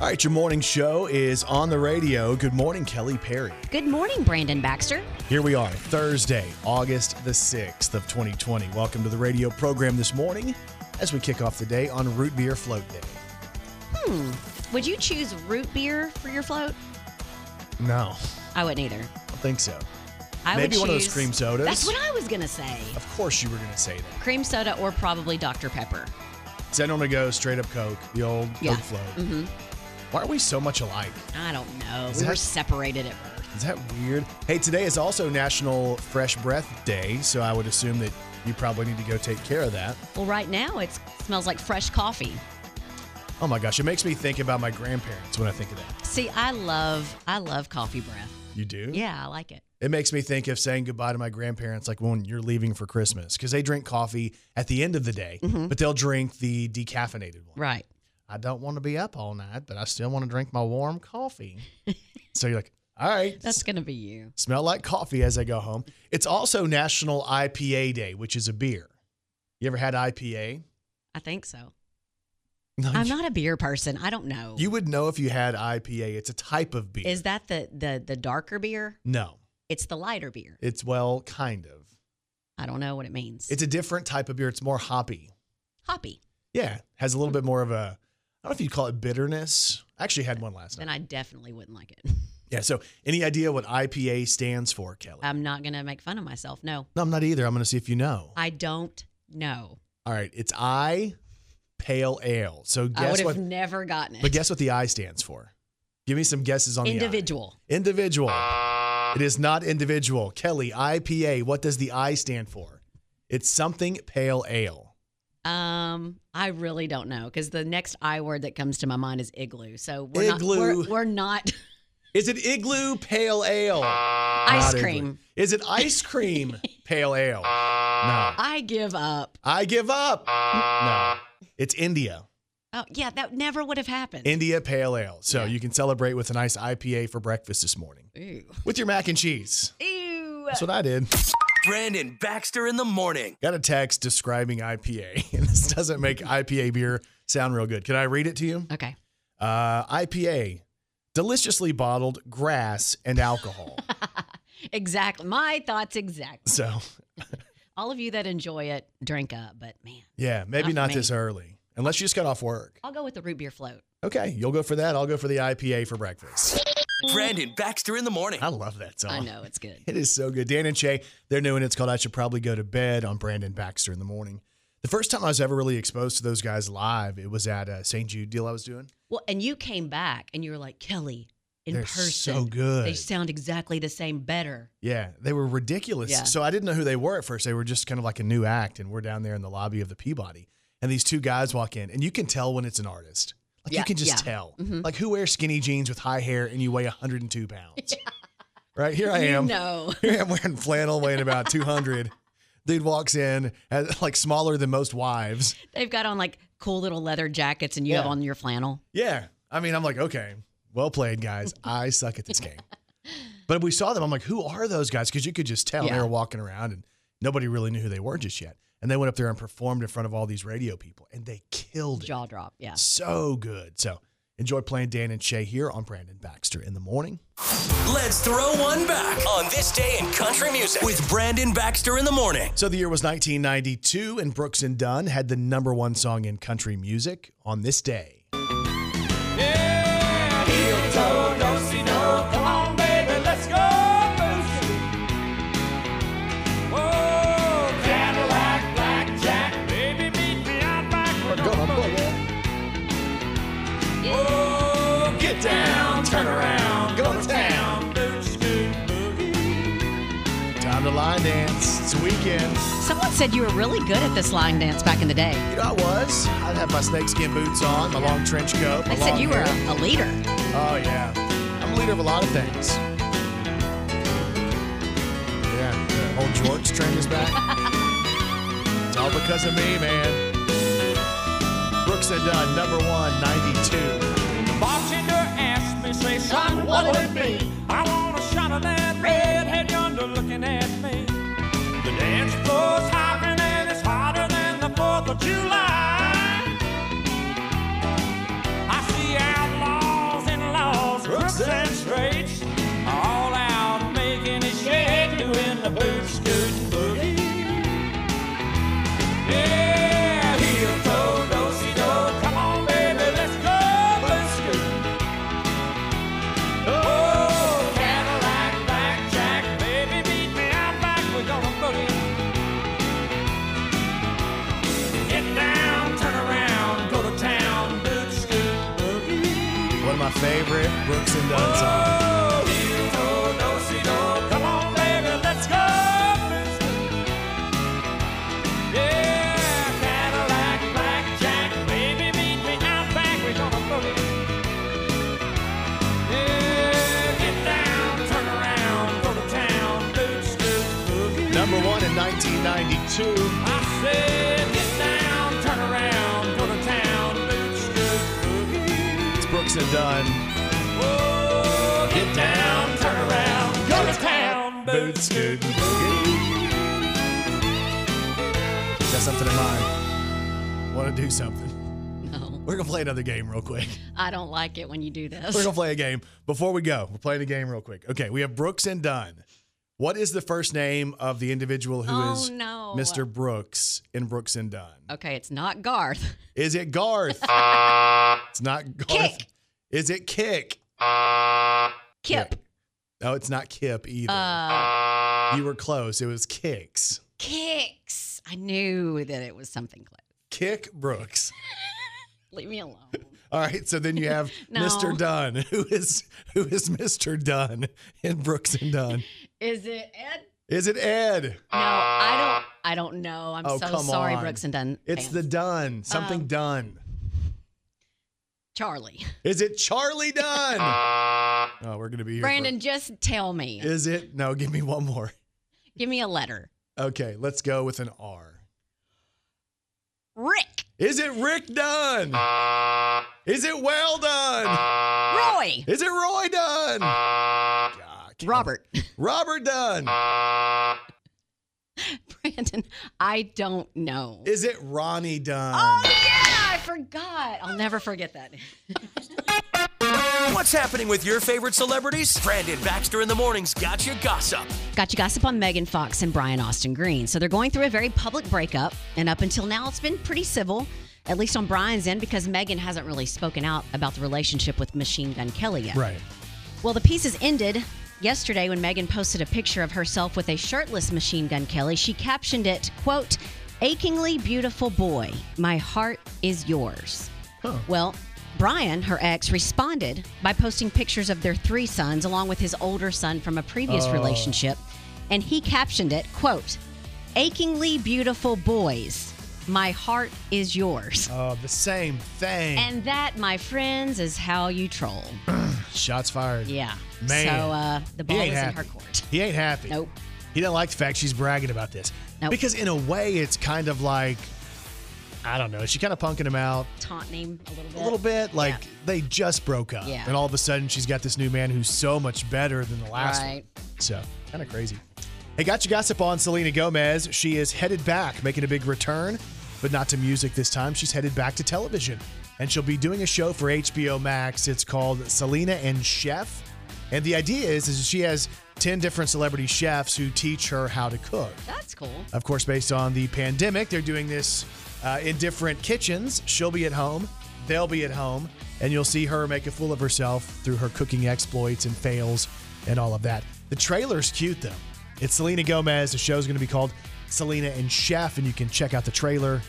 right, your morning show is on the radio. Good morning, Kelly Perry. Good morning, Brandon Baxter. Here we are, Thursday, August the 6th of 2020. Welcome to the radio program this morning as we kick off the day on Root Beer Float Day. Hmm. Would you choose root beer for your float? No, I wouldn't either. I don't think so. I Maybe would one of those choose- cream sodas. That's what I was gonna say. Of course, you were going to say that. Cream soda or probably Dr Pepper. So I normally go straight up Coke, the old Yeah. Coke float. hmm Why are we so much alike? I don't know. Is we were that- separated at birth. Is that weird? Hey, today is also National Fresh Breath Day, so I would assume that you probably need to go take care of that. Well, right now it smells like fresh coffee. Oh my gosh, it makes me think about my grandparents when I think of that. See, I love I love coffee breath. You do? Yeah, I like it. It makes me think of saying goodbye to my grandparents, like when you're leaving for Christmas, because they drink coffee at the end of the day, but they'll drink the decaffeinated one. Mm-hmm. Right. I don't want to be up all night, but I still want to drink my warm coffee. so you're like, all right, That's gonna be you. smell like coffee as I go home. It's also National IPA Day, which is a beer. You ever had IPA? I think so. No, I'm you- not a beer person. I don't know. You would know if you had IPA. It's a type of beer. Is that the the the darker beer? no? It's the lighter beer. It's well, kind of. I don't know what it means. It's a different type of beer. It's more hoppy. hoppy. Yeah, has a Hmm. little bit more of a. I don't know if you'd call it bitterness. I actually had one last Then night. I definitely wouldn't like it. yeah. So, any idea what IPA stands for, Kelly? I'm not gonna make fun of myself. No, no, I'm not either. I'm going to see if you know. I don't know. All right, it's I pale ale. So I would guess have what? never gotten it. But guess what the I stands for? Give me some guesses on individual. the I. individual. It is not individual. Kelly, IPA. What does the I stand for? It's something pale ale. Um, I really don't know because the next I word that comes to my mind is igloo. So we're Igloo. not. We're, we're not Is it igloo pale ale? ice Not igloo. cream. Is it ice cream pale ale? No. I give up. I give up. No. It's India. Oh yeah, that never would have happened. India Pale Ale. So Yeah. you can celebrate with a nice IPA for breakfast this morning Ew. with your mac and cheese. Ew. That's what I did. Brandon Baxter in the morning. Got a text describing IPA, and this doesn't make IPA beer sound real good. Can I read it to you? Okay. Uh, IPA, deliciously bottled grass and alcohol. Exactly. My thoughts exactly. so, All of you that enjoy it, drink up. But man, yeah, Not maybe for not me. this early, unless you just got off work. I'll go with the root beer float. Okay, you'll go for that. I'll go for the IPA for breakfast. Brandon Baxter in the morning. I love that song. I know it's good. It is so good. Dan and Shay, they're new, and it's called I Should Probably Go to Bed on Brandon Baxter in the morning. The first time I was ever really exposed to those guys live, it was at a St. Jude deal I was doing. Well, and you came back and you were like, Kelly, in They're person. so good. They sound exactly the same, better. Yeah, they were ridiculous. Yeah. So I didn't know who they were at first. They were just kind of like a new act, and we're down there in the lobby of the Peabody, and these two guys walk in, and you can tell when it's an artist. Like Yeah, you can just yeah. tell. Mhm. Like who wears skinny jeans with high hair and you weigh 102 pounds? Right here I am. You know. Here I am wearing flannel, weighing about 200. Dude walks in, has, like smaller than most wives. They've got on like cool little leather jackets and you have Yeah. on your flannel. Yeah. I mean, I'm like, okay, well played, guys. I suck at this game. But we saw them. I'm like, who are those guys? Because you could just tell they Yeah. were walking around and nobody really knew who they were just yet. And they went up there and performed in front of all these radio people and they killed it. Jaw drop. Yeah. So good. So enjoy playing Dan and Shay here on Brandon Baxter in the morning. Let's throw one back on this day in country music with Brandon Baxter in the morning. So the year was 1992, and Brooks and Dunn had the number one song in country music on this day. Get down, turn around, go to town. Time to line dance. It's a weekend. Someone said you were really good at this line dance back in the day. You know, I was. I'd have my snakeskin boots on, my long trench coat. my They said long you were hair. a, a leader. Oh, yeah. I'm a leader of a lot of things. Yeah, the whole George train is back. it's all because of me, man. Brooks and Dunn, number one, 92. Bartender asked me, say, son, what'll it be? I want a shot of that redhead yonder looking at me. The dance floor's hopping and it's hotter than the 4th of July. I see outlaws Oh, Number one in 1992. I said, get down, turn around, go to town, bootstrap boogie. It's Brooks and Dunn. Oh, get down, turn around, go to town, boots. scootin' Got something in mind. Want to do something? No, We're gonna play another game real quick. I don't like it when you do We're this. gonna play a game before we go. We're playing a game real quick. Okay, we have Brooks and Dunn. What is the first name of the individual who Oh, is no. Mr. Brooks in Brooks and Dunn? Okay, it's not Garth. Is it Garth? it's not Garth. Kick. Is it Kick? Kip. No, it's not Kip either. Uh, you were close. It was Kicks. kicks. I knew that it was something close. Kick Brooks. Leave me alone. All right, so then you have No. Mr. Dunn, who is who is Mr. Dunn in Brooks and Dunn. Is it Ed? Is it Ed? No, I don't. I don't know. I'm Oh, so come sorry, on. Brooks and Dunn. It's fans. the Dunn. Something Um, Dunn. Charlie. Is it Charlie Dunn? Oh, we're gonna be here. for- Brandon, just tell me. Is it? No, give me one more. Give me a letter. Okay, let's go with an R. Rick. Is it Rick Dunn? Is it Well Dunn? Roy. Is it Roy Dunn? God, I can't- Robert. Robert Dunn. Brandon, I don't know. Is it Ronnie Dunn? oh yeah, I forgot. I'll never forget that. What's happening with your favorite celebrities? Brandon Baxter in the morning's got your gossip. Got you gossip on Megan Fox and Brian Austin Green. So they're going through a very public breakup, and up until now, it's been pretty civil, at least on Brian's end, because Megan hasn't really spoken out about the relationship with Machine Gun Kelly yet. Right. Well, the pieces ended yesterday when Megan posted a picture of herself with a shirtless Machine Gun Kelly. She captioned it, quote, achingly beautiful boy, my heart is yours. Well, Brian, her ex, responded by posting pictures of their three sons along with his older son from a previous relationship. And he captioned it, quote, achingly beautiful boys, my heart is yours. Oh, the same thing. And that, my friends, is how you troll. Shots fired. Yeah. Man. So uh, He the ball is ain't in happy. her court. He ain't happy. Nope. He doesn't like the fact she's bragging about this. Nope. Because in a way, it's kind of like, I don't know, she kind of punking him out Taunting him a little bit. a little bit. Like they just broke up. Yeah. And all of a sudden, she's got this new man who's so much better than the last Right. one. So kind of crazy. Hey, got your gossip on Selena Gomez. She is headed back, making a big return, but not to music this time. She's headed back to television, and she'll be doing a show for HBO Max. It's called Selena and Chef, and the idea is is she has ten different celebrity chefs who teach her how to cook. That's cool. Of course, based on the pandemic, they're doing this uh, in different kitchens. She'll be at home, they'll be at home, and you'll see her make a fool of herself through her cooking exploits and fails and all of that. The trailer's cute, though. It's Selena Gomez. The show's going to be called Selena and Chef, and you can check out the trailer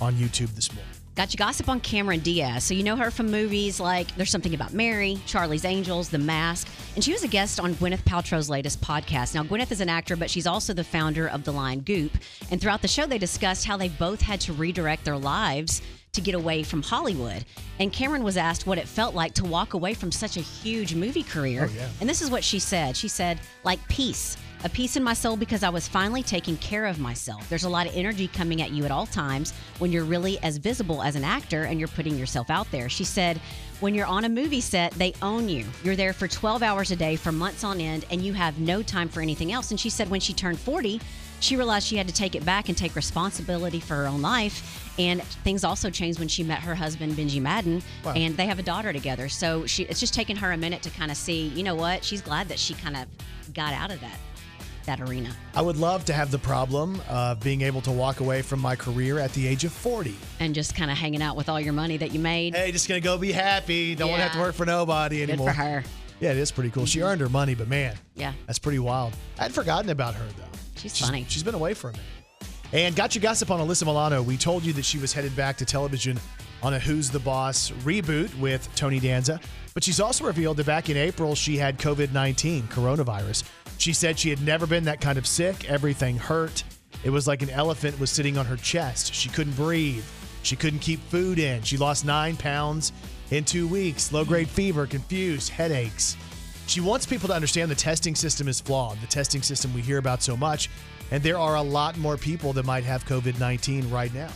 on YouTube this morning. Got you gossip on Cameron Diaz. So you know her from movies like There's Something About Mary, Charlie's Angels, The Mask, and she was a guest on Gwyneth Paltrow's latest podcast. Now Gwyneth is an actor, but she's also the founder of the line Goop. And throughout the show, they discussed how they both had to redirect their lives to get away from Hollywood. And Cameron was asked what it felt like to walk away from such a huge movie career. Oh, yeah. And this is what she said. She said, like peace, a peace in my soul because I was finally taking care of myself. There's a lot of energy coming at you at all times when you're really as visible as an actor and you're putting yourself out there. She said, when you're on a movie set, they own you. You're there for 12 hours a day for months on end and you have no time for anything else. And she said, when she turned 40, she realized she had to take it back and take responsibility for her own life. And things also changed when she met her husband, Benji Madden, and they have a daughter together. So she, it's just taken her a minute to kind of see, you know what? She's glad that she kind of got out of that that arena. I would love to have the problem of being able to walk away from my career at the age of 40. And just kind of hanging out with all your money that you made. Hey, just going to go be happy. Don't want to have to Yeah. work for nobody Good anymore. for her. Yeah, it is pretty cool. She earned her money, but man, Yeah. that's pretty wild. I'd forgotten about her though. She's funny. She's been away for a minute. And got your gossip on Alyssa Milano. We told you that she was headed back to television on a Who's the Boss reboot with Tony Danza, but she's also revealed that back in April she had COVID nineteen coronavirus. She said she had never been that kind of sick. Everything hurt. It was like an elephant was sitting on her chest. She couldn't breathe. She couldn't keep food in. She lost nine pounds in two weeks. Low grade fever, confused, headaches. She wants people to understand the testing system is flawed, the testing system we hear about so much, and there are a lot more people that might have COVID 19 right now.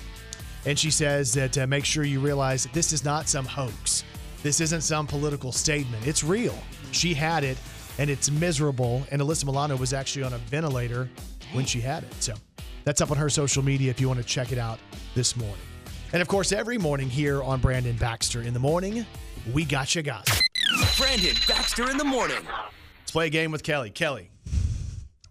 And she says that uh, make sure you realize that this is not some hoax. This isn't some political statement. It's real. She had it, and it's miserable. And Alyssa Milano was actually on a ventilator when she had it. So that's up on her social media if you want to check it out this morning. And of course, every morning here on Brandon Baxter in the morning, we got you gossip. Brandon Baxter in the morning. Let's play a game with Kelly. Kelly.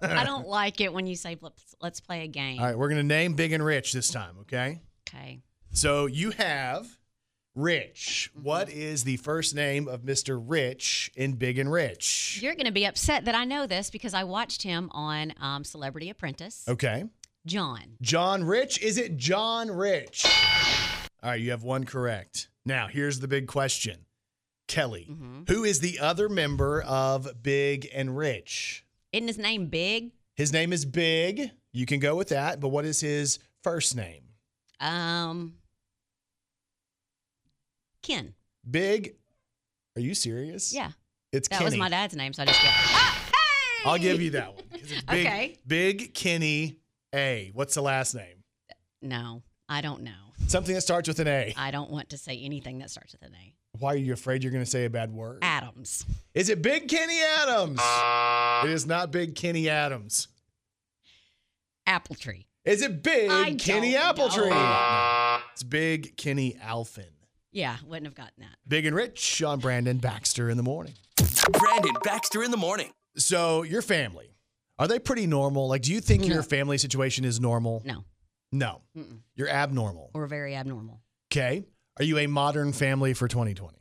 I don't like it when you say let's, let's play a game. All right, we're going to name Big and Rich this time, okay? Okay. So you have Rich. Mm-hmm. What is the first name of Mr. Rich in Big and Rich? You're going to be upset that I know this because I watched him on um, Celebrity Apprentice. Okay. John. John Rich. Is it John Rich? All right, you have one correct. Now, here's the big question Kelly, Mm-hmm. who is the other member of Big and Rich? Isn't his name Big? His name is Big. You can go with that, but what is his first name? Um, Ken. Big. Are you serious? Yeah. It's That Kenny. was my dad's name, so I just go, ah, hey! I'll give you that one. 'cause It's big, Okay. Big Kenny A. What's the last name? No, I don't know. Something that starts with an A. I don't want to say anything that starts with an A. Why are you afraid you're going to say a bad word? Ah. Adams. Is it Big Kenny Adams? It is not Big Kenny Adams. Apple tree. Is it Big I Kenny don't Appletree? know. No, It's Big Kenny Alfin. Yeah, wouldn't have gotten that. Big and Rich on Brandon Baxter in the morning. Brandon Baxter in the morning. So, your family, are they pretty normal? Like, do you think your No. family situation is normal? No, No. Mm-mm. You're abnormal. or very abnormal. Okay. Are you a modern family for 2020?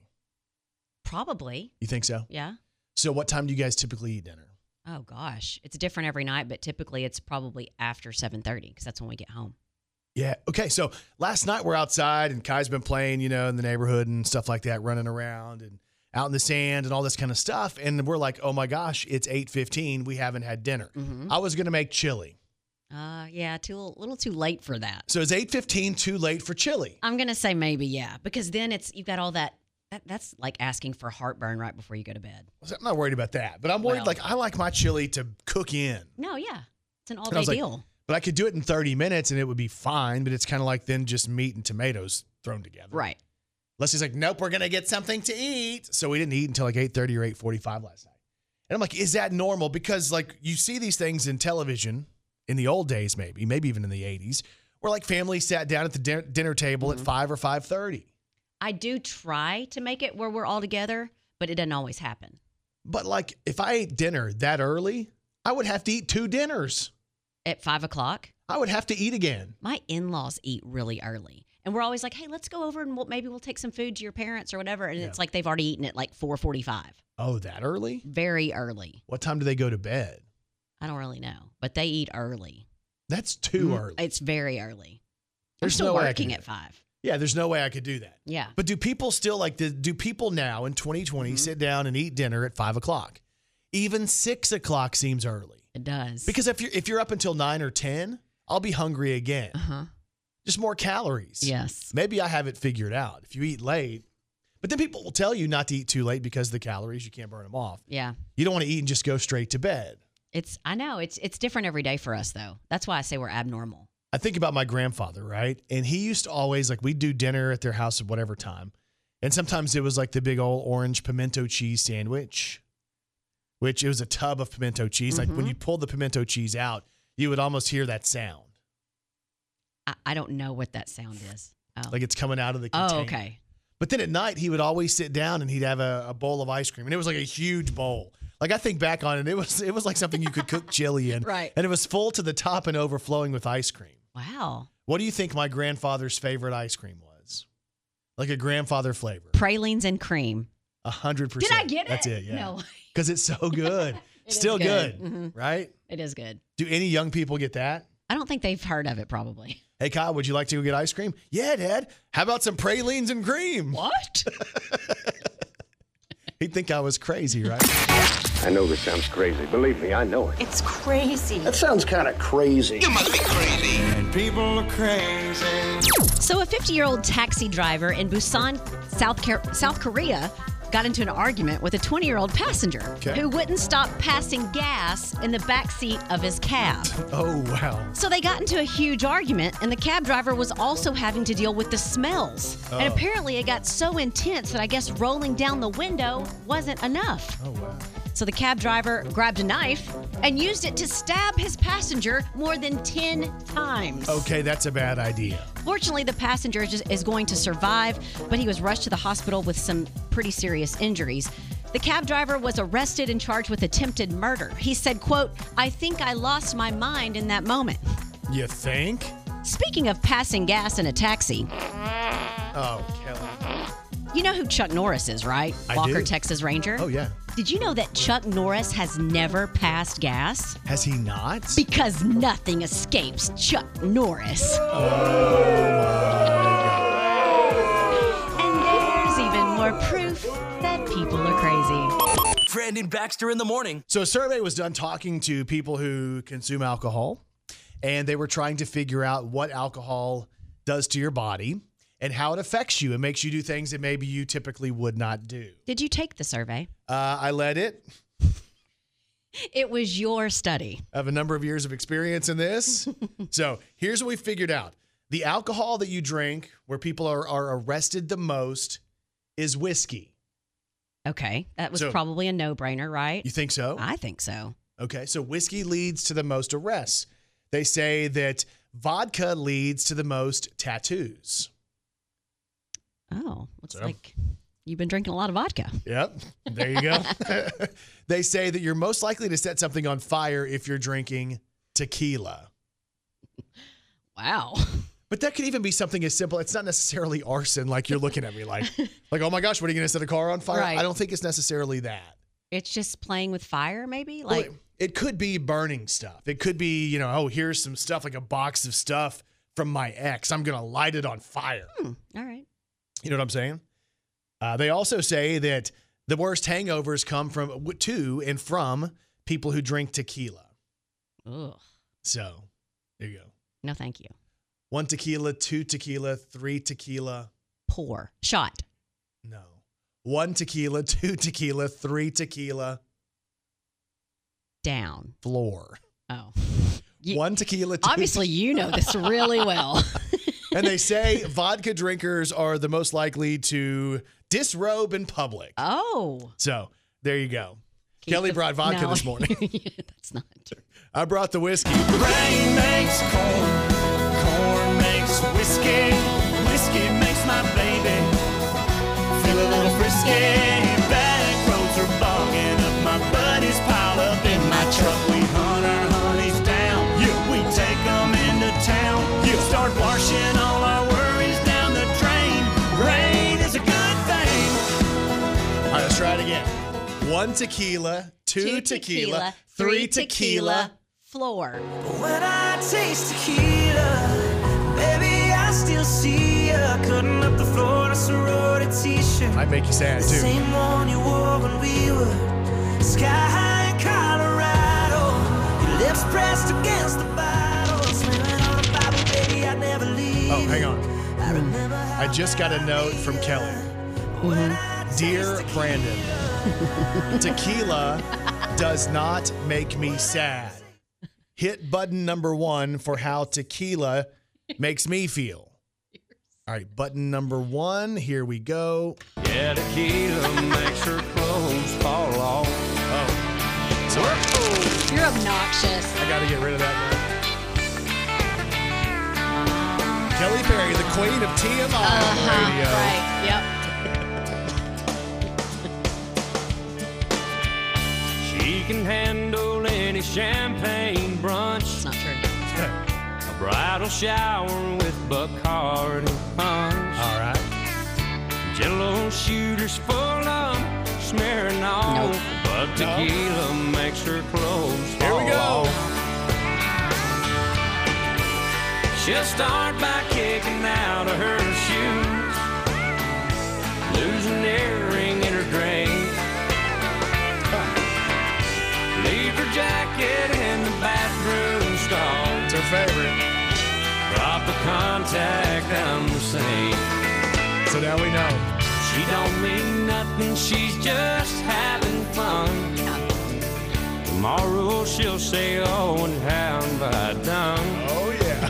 Probably. You think so? Yeah. So, what time do you guys typically eat dinner? Oh gosh, it's different every night, but typically it's probably after seven thirty because that's when we get home. Yeah. Okay. So last night we're outside and Kai's been playing, you know, in the neighborhood and stuff like that, running around and out in the sand and all this kind of stuff. And we're like, oh my gosh, it's eight fifteen. We haven't had dinner. Mm-hmm. I was gonna make chili. Uh, yeah, too a little too late for that. So is eight fifteen too late for chili? I'm gonna say maybe yeah, because then it's you've got all that. that that's like asking for heartburn right before you go to bed. So I'm not worried about that, but I'm worried. Well. like I like my chili to cook in, No, yeah, it's an all I day was like, deal. but I could do it in thirty minutes and it would be fine. But it's kind of like then just meat and tomatoes thrown together. Right. Leslie's like, nope, we're gonna get something to eat. So we didn't eat until like 8:30 or 8:45 last night. And I'm like, is that normal? Because like you see these things in television in the old days, maybe, maybe even in the 80s, where like families sat down at the din- dinner table at five or 5:30. I do try to make it where we're all together, but it doesn't always happen. But like if I ate dinner that early, I would have to eat two dinners. At five o'clock, I would have to eat again. my in laws eat really early. And we're always like, hey, let's go over and we'll, maybe we'll take some food to your parents or whatever. And it's like they've already eaten at like 445, Oh, that early? very early. What time do they go to bed? I don't really know, but they eat early. That's too Mm, early. It's very early. I'm There's still no way I working can- at five. yeah, there's no way I could do that. Yeah. But do people still like the, do people now in 2020 sit down and eat dinner at five o'clock? Even six o'clock seems early It does. because if you're if you're up until nine or ten, I'll be hungry again. uh huh. Just more calories. Yes. Maybe I have it figured out. If you eat late, but then people will tell you not to eat too late because of the calories you can't burn them off. Yeah. You don't want to eat and just go straight to bed. It's, I know it's, it's different every day for us though. That's why I say we're abnormal. I think about my grandfather, right? And he used to always like we'd do dinner at their house at whatever time. And sometimes it was like the big old orange pimento cheese sandwich, which it was a tub of pimento cheese. Like Mm-hmm. when you pulled the pimento cheese out, you would almost hear that sound. I, I don't know what that sound is. Oh, Like it's coming out of the container. oh okay. But then at night he would always sit down and he'd have a, a bowl of ice cream. And it was like a huge bowl. Like I think back on it, it was it was like something you could cook chili in. Right. And it was full to the top and overflowing with ice cream. Wow. What do you think my grandfather's favorite ice cream was? Like a grandfather flavor. Pralines and cream. A hundred Did percent. I get it? That's it, yeah. No, Because it's so good. It is Still good, good. Mhm. right? it is good. Do any young people get that? I don't think they've heard of it probably. Hey, Kyle, would you like to go get ice cream? Yeah, Dad. How about some pralines and cream? What? He'd think I was crazy, right? I know this sounds crazy. Believe me, I know it. It's crazy. That sounds kind of crazy. People are crazy. so, a 50 year old taxi driver in Busan, South, Car- South Korea, got into an argument with a 20 year old passenger Okay. who wouldn't stop passing gas in the backseat of his cab. Oh, wow. So they got into a huge argument, and the cab driver was also having to deal with the smells. And Oh. apparently, it got so intense that I guess rolling down the window wasn't enough. Oh, wow. So the cab driver grabbed a knife and used it to stab his passenger more than 10 times. Okay, that's a bad idea. Fortunately, the passenger is, is going to survive, but he was rushed to the hospital with some pretty serious injuries. The cab driver was arrested and charged with attempted murder. He said, quote, I think I lost my mind in that moment. You think? Speaking of passing gas in a taxi, Oh, Kelly. you know who Chuck Norris is, right? I Walker, do. Texas Ranger. Oh, yeah. Did you know that Chuck Norris has never passed gas? Has he not? Because nothing escapes Chuck Norris. Oh, And there's even more proof that people are crazy. Brandon Baxter in the morning. So a survey was done talking to people who consume alcohol, and they were trying to figure out what alcohol does to your body and how it affects you and makes you do things that maybe you typically would not do. Did you take the survey? Uh, I led it. It was your study. I have a number of years of experience in this. so here's what we figured out: the alcohol that you drink, where people are are arrested the most, is whiskey. Okay. That was So- probably a no brainer, right? You think so? I think so. Okay, so whiskey leads to the most arrests. They say that vodka leads to the most tattoos. Oh, looks Yeah. like you've been drinking a lot of vodka. Yep, there you go. they say that you're most likely to set something on fire if you're drinking tequila. Wow. But that could even be something as simple. It's not necessarily arson, like you're looking at me like, like, oh my gosh, what are you going to set a car on fire? Right. I don't think it's necessarily that. It's just playing with fire, maybe? Like, Well, it could be burning stuff. It could be, you know, oh, here's some stuff like a box of stuff from my ex. I'm going to light it on fire. all right. You know what I'm saying? Uh, they also say that the worst hangovers come from w- to and from people who drink tequila. Ugh. So there you go. No, thank you. One tequila, two tequila, three tequila. Pour. Shot. No. One tequila, two tequila, three tequila, Down. floor. Oh. You- One tequila, two Obviously, you know this really well. te- and they say vodka drinkers are the most likely to disrobe in public. oh. So there you go. Kelly Keep the- brought vodka No. this morning. That's not true. I brought the whiskey. Rain makes corn, corn makes whiskey, whiskey makes my baby feel a little frisky. Back roads are bogging up, my buddies pile up in my truck. We hunt our honeys down, yeah. we take 'em into town, yeah. start washing all our worries down the drain. Rain is a good thing. All right, let's try it again. One tequila, two, tequila, three tequila. Floor. When I taste tequila, baby, I still see ya cutting up the floor in a sorority t-shirt. Might make you sad too. Same one you wore when we were sky high in Colorado. Your lips pressed against the bottle, slamming on the Bible, baby, I never leave. Oh, hang on. I remember I just got a note from Kelly. Dear Brandon, tequila does not make me sad. Hit button number one for how tequila makes me feel. All right, button number one. Here we go. Yeah, tequila makes her clothes fall off. So I You're obnoxious. got to get rid of that. One. Kelly Perry, the queen of TMI radio. Right. She can handle any champagne It's brunch, not true. a bridal shower with Bacardi punch, All right. Jello shooters full of smearing off, Nope. but tequila makes her clothes Here we fall go. off. She'll start by kicking out of her shoes, losing their ring in her drink. Leave her jacket in the bathroom stall, It's her favorite. drop a contact down the sink. So now we know. She don't mean nothing, she's just having fun. Tomorrow she'll say, Oh, and haven't I done? Oh, yeah.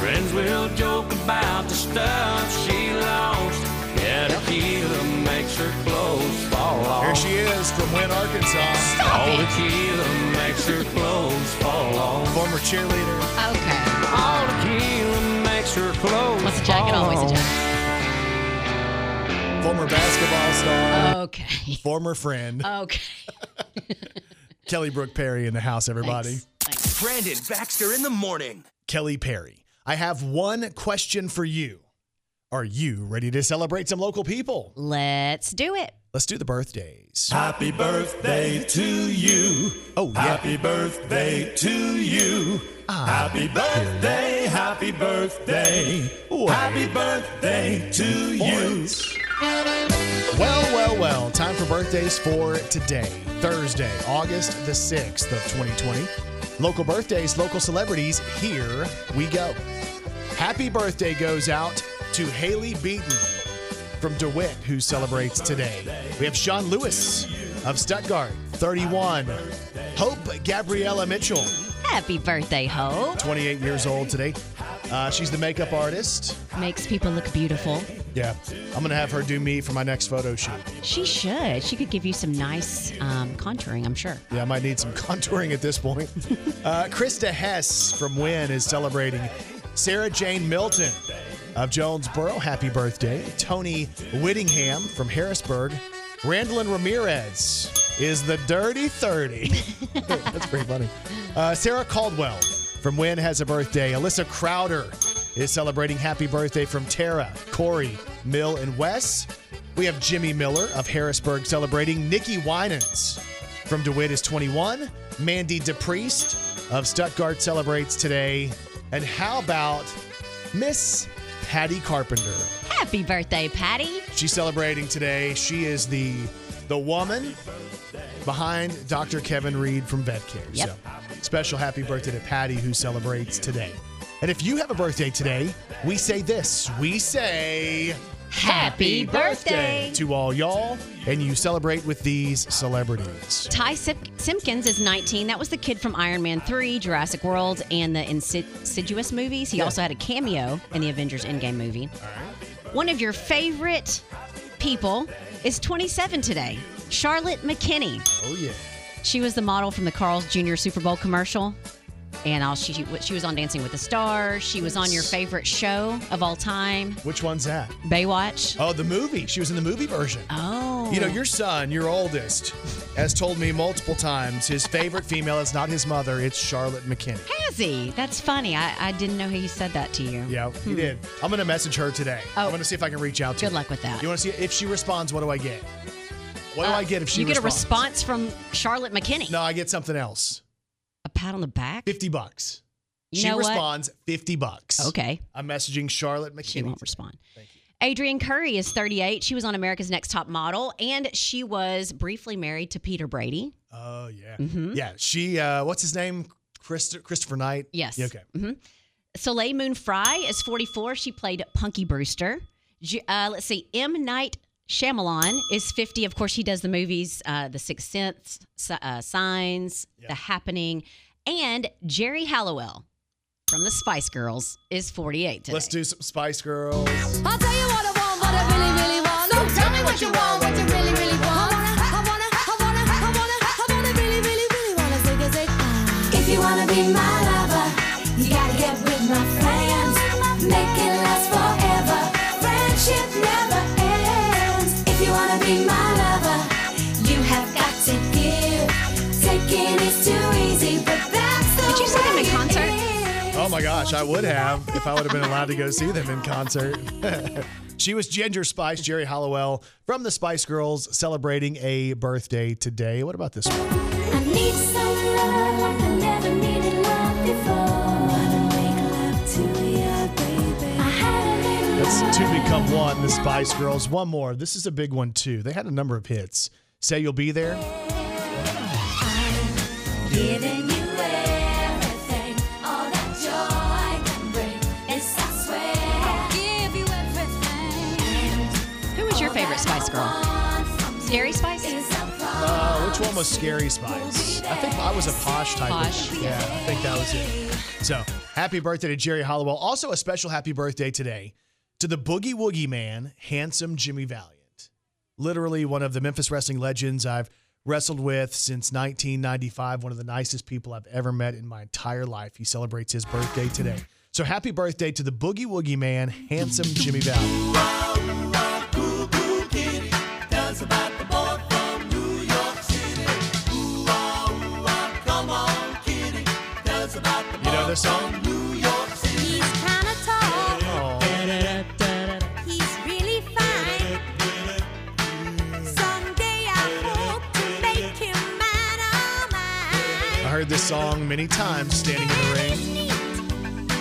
Friends will joke about the stuff she lost. Yeah, tequila makes her clothes fall off. Here she is from Wynn, Arkansas. Oh, tequila makes her clothes fall off. Former cheerleader. Okay. All tequila makes her clothes Once a jacket, fall always a Oh. off. jacket. Former basketball star. Okay. former friend. Okay. Kelly Brook Perry in the house, everybody. Thanks. Thanks. Brandon Baxter in the morning. Kelly Perry. I have one question for you. Are you ready to celebrate some local people? Let's do it. Let's do the birthdays. Happy birthday to you. Oh, yeah. Happy birthday to you. Happy birthday, happy birthday. Happy birthday to you. Well, well, well. Time for birthdays for today, Thursday, August the 6th of 2020. Local birthdays, local celebrities, here we go. Happy birthday goes out to Haley Beaton from DeWitt, who celebrates today. We have Sean Lewis of Stuttgart, 31. Hope Gabriella Mitchell, Happy birthday, Hope. 28 years old today. Uh, she's the makeup artist. Makes people look beautiful. Yeah, I'm going to have her do me for my next photo shoot. She should. She could give you some nice um, contouring, I'm sure. Yeah, I might need some contouring at this point. Uh, Krista Hess from Wynn is celebrating. Sarah Jane Milton of Jonesboro, happy birthday. Tony Whittingham from Harrisburg. Randolyn Ramirez is the Dirty 30. That's pretty funny. Uh, Sarah Caldwell from Wynn has a birthday. Alyssa Crowder is celebrating happy birthday from Tara, Corey, Mill, and Wes. We have Jimmy Miller of Harrisburg celebrating. Nikki Winans from DeWitt is 21. Mandy DePriest of Stuttgart celebrates today. And how about Miss Patty Carpenter? Happy birthday, Patty. She's celebrating today. She is the the woman behind Dr. Kevin Reed from VetCare. Yep. So special happy birthday to Patty who celebrates today. And if you have a birthday today, we say this. We say Happy birthday. to all y'all and you celebrate with these celebrities. Ty Sip- Simpkins is 19. That was the kid from Iron Man 3, Jurassic World, and the Insidious movies. He also had a cameo in the Avengers Endgame movie. One of your favorite people is 27 today, Charlotte McKinney. Oh yeah. She was the model from the Carl's Jr. Super Bowl commercial. And all she, she was on Dancing with the Stars. She was on your favorite show of all time, Which one's that? Baywatch. Oh, the movie. She was in the movie version. Oh. You know, your son, your oldest, has told me multiple times his favorite female is not his mother, it's Charlotte McKinney. Cassie, that's funny. I, I didn't know he said that to you. Yeah, he did. I'm going to message her today. Hmm. Oh. I'm going to see if I can reach out to Good her. luck with that. You want to see if she responds, what do I get? What do Uh, I get if she You get responds? a response from Charlotte McKinney. No, I get something else. A pat on the back? 50 bucks. You she know what? responds, 50 bucks. Okay. I'm messaging Charlotte McKinney. She won't respond. Adrienne Curry is 38. She was on America's Next Top Model, and she was briefly married to Peter Brady. Oh, yeah. Mhm. Yeah, she, uh, what's his name? Christ- Christopher Knight? Yes. Yeah, okay. hmm Soleil Moon Frye is 44. She played Punky Brewster. J- Uh, let's see. M. Night Shyamalan is 50. Of course, he does the movies uh, The Sixth Sense, Si- uh, Signs, The Happening, and Jerry Halliwell from the Spice Girls is 48 today. Let's do some Spice Girls. I'll tell you what I want, what I really, really want. So tell me what you want, what you really, really want. I wanna, I wanna, I wanna, I wanna really, really, really wanna take a zig. If you wanna be my lover, you gotta get with my friends. Make it last forever. Friendship never ends. If you wanna be my lover, you have got to give. Taking is too easy, but that's the Did you see them in way it concert? is. Oh my gosh, I would have if I would have been allowed to go see them in concert. she was Ginger Spice, Jerry Halliwell from the Spice Girls, celebrating a birthday today. What about this one? I need some love like I never needed love before. Wanna make love to you, baby. I had a little It's love. Two Become One, the Spice Girls. One more. This is a big one too. They had a number of hits. Say You'll Be There. I'm giving you everything, all that joy can bring. Yes, I swear. I'll give you everything. Who was your favorite girl. Scary Spice? Uh, which one was Scary Spice? I think I was a posh type. of- Posh. Yeah, I think that was it. So, happy birthday to Jerry Hollowell. Also, a special happy birthday today to the Boogie Woogie Man, handsome Jimmy Valiant. Literally one of the Memphis wrestling legends I've wrestled with since 1995. One of the nicest people I've ever met in my entire life. He celebrates his birthday today. So, happy birthday to the Boogie Woogie Man, handsome Jimmy Valiant. You know this song? He's kinda tall. Oh, He's really fine. Someday I hope to make him mine, oh I mine. heard this song many times standing in the ring. He's neat,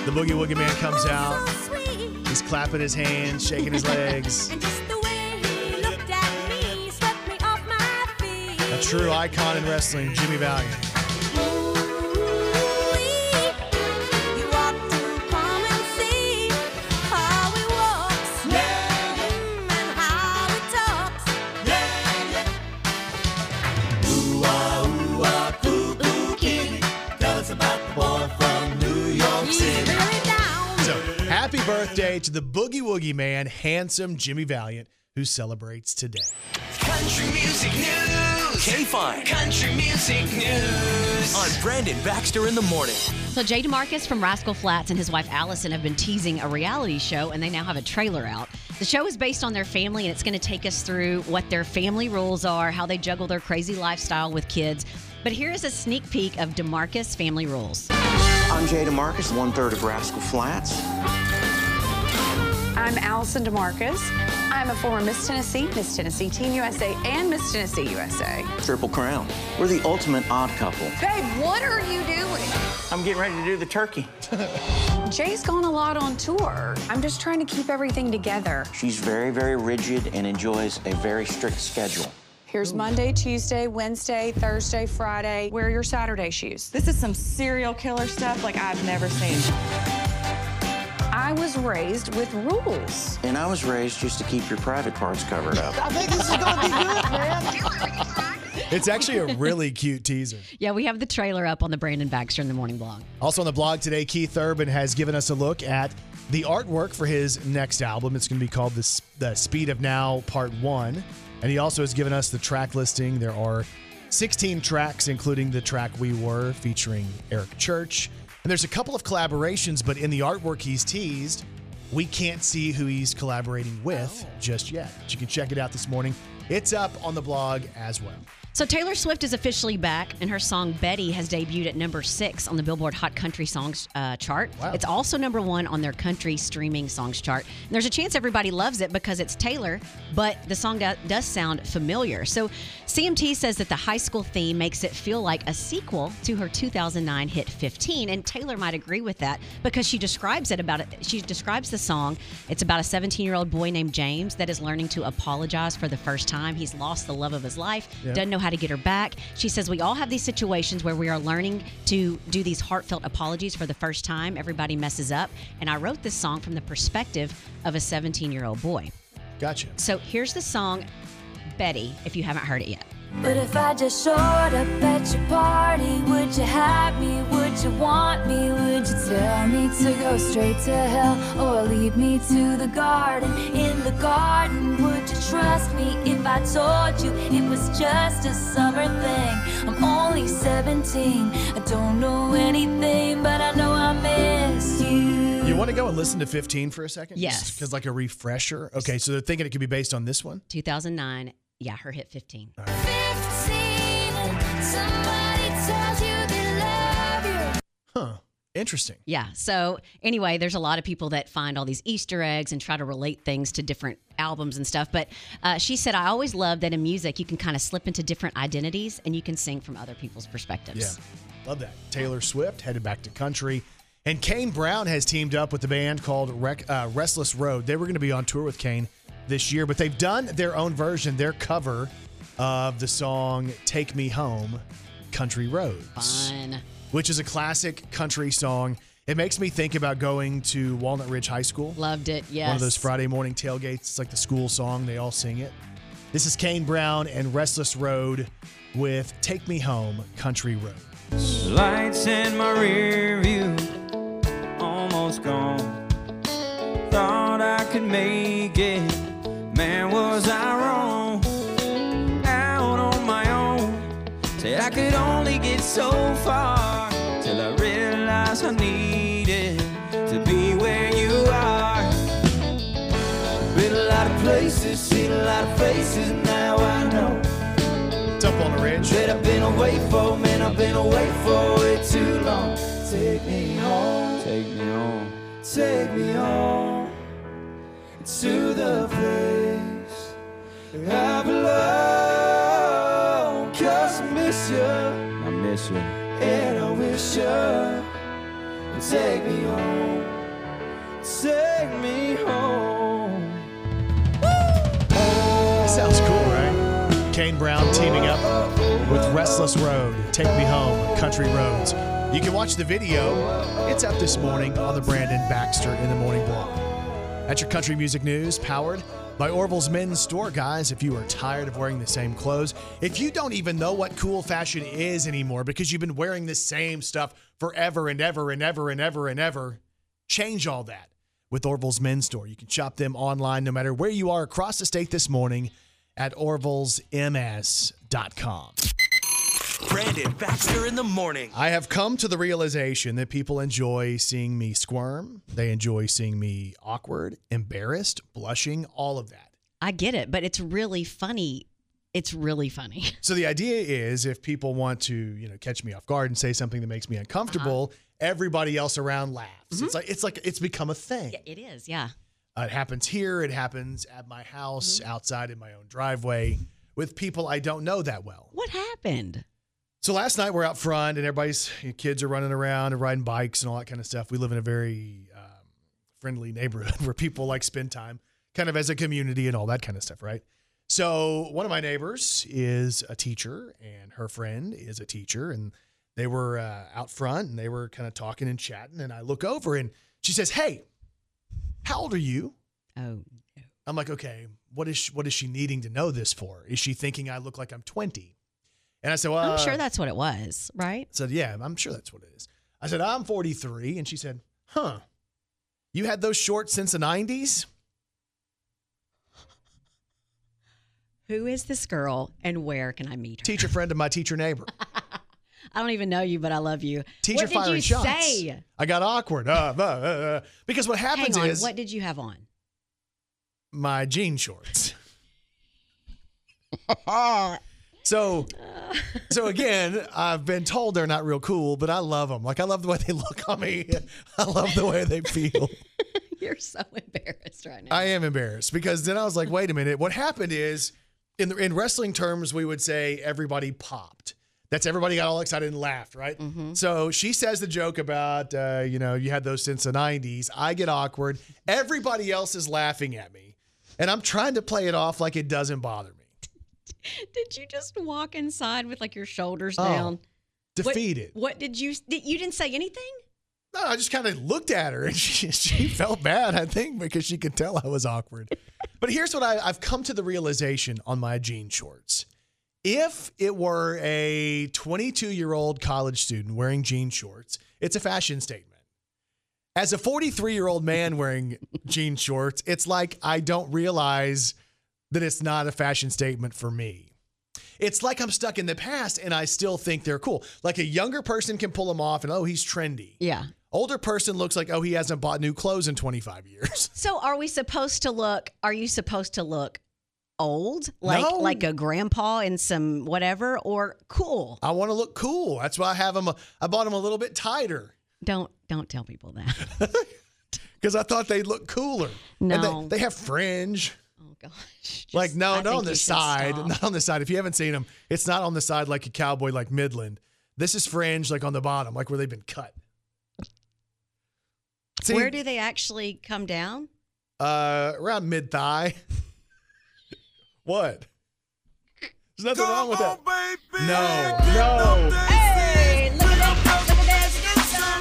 The Boogie Woogie Man comes oh, out. so sweet. He's clapping his hands, shaking his legs. And just the way he looked at me swept me off my feet. A true icon in wrestling, Jimmy Valiant. You ought to come and see how he walks Mm, and how he talks. He's really down. So, happy birthday to the Boogie Woogie Man, handsome Jimmy Valiant, who celebrates today. Country music news. K-Fine Country music news. on Brandon Baxter in the morning. So Jay DeMarcus from Rascal Flats and his wife Allison have been teasing a reality show, and they now have a trailer out. The show is based on their family, and it's going to take us through what their family rules are, how they juggle their crazy lifestyle with kids. But here is a sneak peek of DeMarcus family rules. I'm Jay DeMarcus, one third of Rascal Flats. I'm Allison DeMarcus. I'm a former Miss Tennessee, Miss Tennessee Team USA, and Miss Tennessee USA. Triple Crown. We're the ultimate odd couple. Babe, what are you doing? I'm getting ready to do the turkey. Jay's gone a lot on tour. I'm just trying to keep everything together. She's very, very rigid and enjoys a very strict schedule. Here's Monday, Tuesday, Wednesday, Thursday, Friday. Wear your Saturday shoes. This is some serial killer stuff like I've never seen. I was raised with rules. And I was raised just to keep your private parts covered up. It's actually a really cute teaser. Yeah, we have the trailer up on the Brandon Baxter in the Morning blog. Also on the blog today, Keith Urban has given us a look at the artwork for his next album. It's going to be called the, S- the Speed of Now Part 1. And he also has given us the track listing. There are 16 tracks, including the track We Were featuring Eric Church. And there's a couple of collaborations, but in the artwork he's teased, we can't see who he's collaborating with just yet. But you can check it out this morning. It's up on the blog as well. So Taylor Swift is officially back, and her song Betty has debuted at number six on the Billboard Hot Country Songs uh, chart. Wow. It's also number one on their country streaming songs chart. And there's a chance everybody loves it because it's Taylor, but the song do- does sound familiar. So CMT says that the high school theme makes it feel like a sequel to her 2009 hit 15, and Taylor might agree with that because she describes it about it. She describes the song. It's about a 17-year-old boy named James that is learning to apologize for the first time. He's lost the love of his life, doesn't know how to get her back. She says we all have these situations where we are learning to do these heartfelt apologies for the first time. Everybody messes up, and I wrote this song from the perspective of a 17-year-old boy. Gotcha. So here's the song, Betty. If you haven't heard it yet. But if I just showed up at your party, would you have me? Would you want me? Would you tell me to go straight to hell or lead me to the garden? In the garden, would you trust me if I told you it was just a summer thing? I'm only 17, I don't know anything, but I know I miss you. You want to go and listen to 15 for a second? Yes. Because, like, a refresher. Okay, so they're thinking it could be based on this one. 2009. Yeah, her hit 15. 15, somebody tells you they love you. Huh. Interesting. Yeah. So anyway, there's a lot of people that find all these Easter eggs and try to relate things to different albums and stuff. But uh, she said, I always love that in music you can kind of slip into different identities and you can sing from other people's Yeah. perspectives. Love that. Taylor Swift headed back to country. And Kane Brown has teamed up with the band called Rec- uh, Restless Road. They were going to be on tour with Kane this year, but they've done their own version, their cover of the song Take Me Home, Country Roads. Fun. Which is a classic country song. It makes me think about going to Walnut Ridge High School. Loved it. Yes. One of those Friday morning tailgates. It's like the school song. They all sing it. This is Kane Brown and Restless Road with Take Me Home Country Road. Lights in my rear view, almost gone. Thought I could make it, man, was I wrong? Out on my own, said I could only get so far till I realized I needed to be where you are. Been a lot of places, seen a lot of faces, now I know. It's up on the ridge. That I've been away for, man, I've been away for way too long. Take me home, take me home, take me home to the place I belong. Cause I miss you, I miss you, and I wish you would take me home, take me home. Sounds cool, right? Kane Brown teaming up with Restless Road, Take Me Home, Country Roads. You can watch the video. It's up this morning on the Brandon Baxter in the Morning blog. That's your country music news, powered by Orville's Men's Store. Guys, if you are tired of wearing the same clothes, if you don't even know what cool fashion is anymore because you've been wearing the same stuff forever and ever and ever and ever and ever, change all that with Orville's Men's Store. You can shop them online no matter where you are across the state this morning at orvillesms.com. Brandon Baxter in the morning. I have come to the realization that people enjoy seeing me squirm. They enjoy seeing me awkward, embarrassed, blushing, all of that. I get it, but it's really funny. It's really funny. So the idea is if people want to, you know, catch me off guard and say something that makes me uncomfortable, everybody else around laughs. It's like it's like it's become a thing. It is, yeah. Uh, it happens here, it happens at my house, outside in my own driveway with people I don't know that well. What happened? So last night we're out front and everybody's you know, kids are running around and riding bikes and all that kind of stuff. We live in a very um, friendly neighborhood where people like spend time kind of as a community and all that kind of stuff, right? So one of my neighbors is a teacher and her friend is a teacher and they were uh, out front and they were kind of talking and chatting and I look over and she says, "Hey, how old are you?" Oh. I'm like, "Okay, what is she, what is she needing to know this for? Is she thinking I look like I'm 20?" And I said, "Well, I'm sure uh, that's what it was, right? Said, yeah, I'm sure that's what it is. I said, I'm 43. And she said, huh, you had those shorts since the 90s? Who is this girl and where can I meet her? Teacher friend of my teacher neighbor. I don't even know you, but I love you. Teacher what firing did you shots. say? I got awkward. Uh, uh, uh, uh. because what happens Hang on, is what did you have on? my jean shorts. so, so again, I've been told they're not real cool, but I love them. Like I love the way they look on me. I love the way they feel. You're so embarrassed right now. I am embarrassed because then I was like, wait a minute. What happened is, in the, in wrestling terms, we would say everybody popped. That's everybody got all excited and laughed, right? So she says the joke about, uh, you know, you had those since the 90s. I get awkward. Everybody else is laughing at me. And I'm trying to play it off like it doesn't bother me. Did you just walk inside with like your shoulders Oh, down? What- Defeated. What, did you? Did, you didn't say anything? No, I just kind of looked at her and she, she felt bad, I think, because she could tell I was awkward. But here's what I, I've come to the realization on my jean shorts. If it were a 22 year old college student wearing jean shorts, it's a fashion statement. As a 43 year old man wearing jean shorts, it's like I don't realize that it's not a fashion statement for me. It's like I'm stuck in the past and I still think they're cool. Like a younger person can pull them off and, oh, he's trendy. Yeah. Older person looks like, oh, he hasn't bought new clothes in 25 years. So are we supposed to look? Are you supposed to look old, like No. like a grandpa in some whatever, or cool? I want to look cool. That's why I have them. I bought them a little bit tighter Don't don't tell people that. because I thought they'd look cooler. And No. they, they have fringe. Oh gosh. like, no, I not think on you the should side. stop. Not on the side. If you haven't seen them, it's not on the side like a cowboy like Midland. This is fringe like on the bottom, like where they've been cut. See, Where do they actually come down? uh, around mid thigh. what? There's nothing wrong with that. No, no. Hey, look at that girl with the dancing boots on.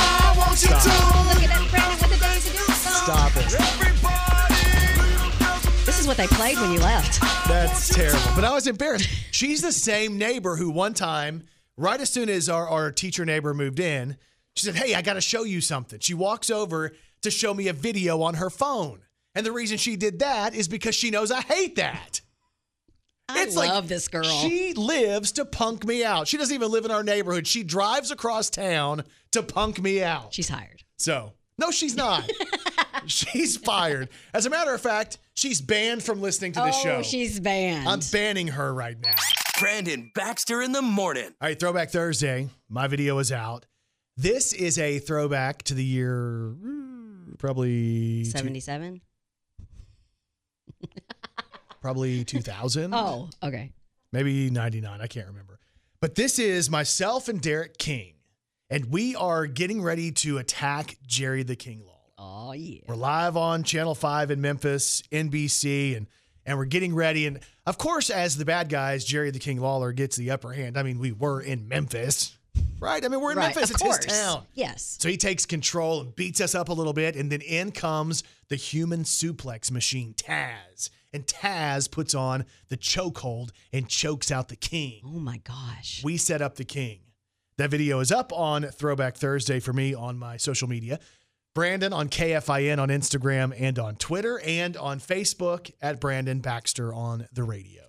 I want you Stop. to. Look at that girl with the dancing boots on. Stop it. This is what they played when you left. That's terrible. But I was embarrassed. She's the same neighbor who one time, right as soon as our, our teacher neighbor moved in, she said, Hey, I got to show you something. She walks over to show me a video on her phone. And the reason she did that is because she knows I hate that. I love this girl. She lives to punk me out. She doesn't even live in our neighborhood. She drives across town to punk me out. She's hired. So, no, she's not. she's fired. As a matter of fact, she's banned from listening to this Oh, show. she's banned. I'm banning her right now. Brandon Baxter in the morning. All right, Throwback Thursday. My video is out. This is a throwback to the year mm, probably two- 77? probably 2000. Oh, okay. maybe 99 i can't remember but this is myself and derek king and we are getting ready to attack jerry the king law oh yeah we're live on channel 5 in memphis nbc and and we're getting ready and of course as the bad guys jerry the king lawler gets the upper hand i mean we were in memphis right i mean we're in Right, memphis of it's course. his town Yes. so he takes control and beats us up a little bit, and then in comes the human suplex machine, Taz. And Taz puts on the chokehold and chokes out the king. Oh my gosh. We set up the king. That video is up on Throwback Thursday for me on my social media. Brandon on KFIN on Instagram and on Twitter and on Facebook at Brandon Baxter on the radio.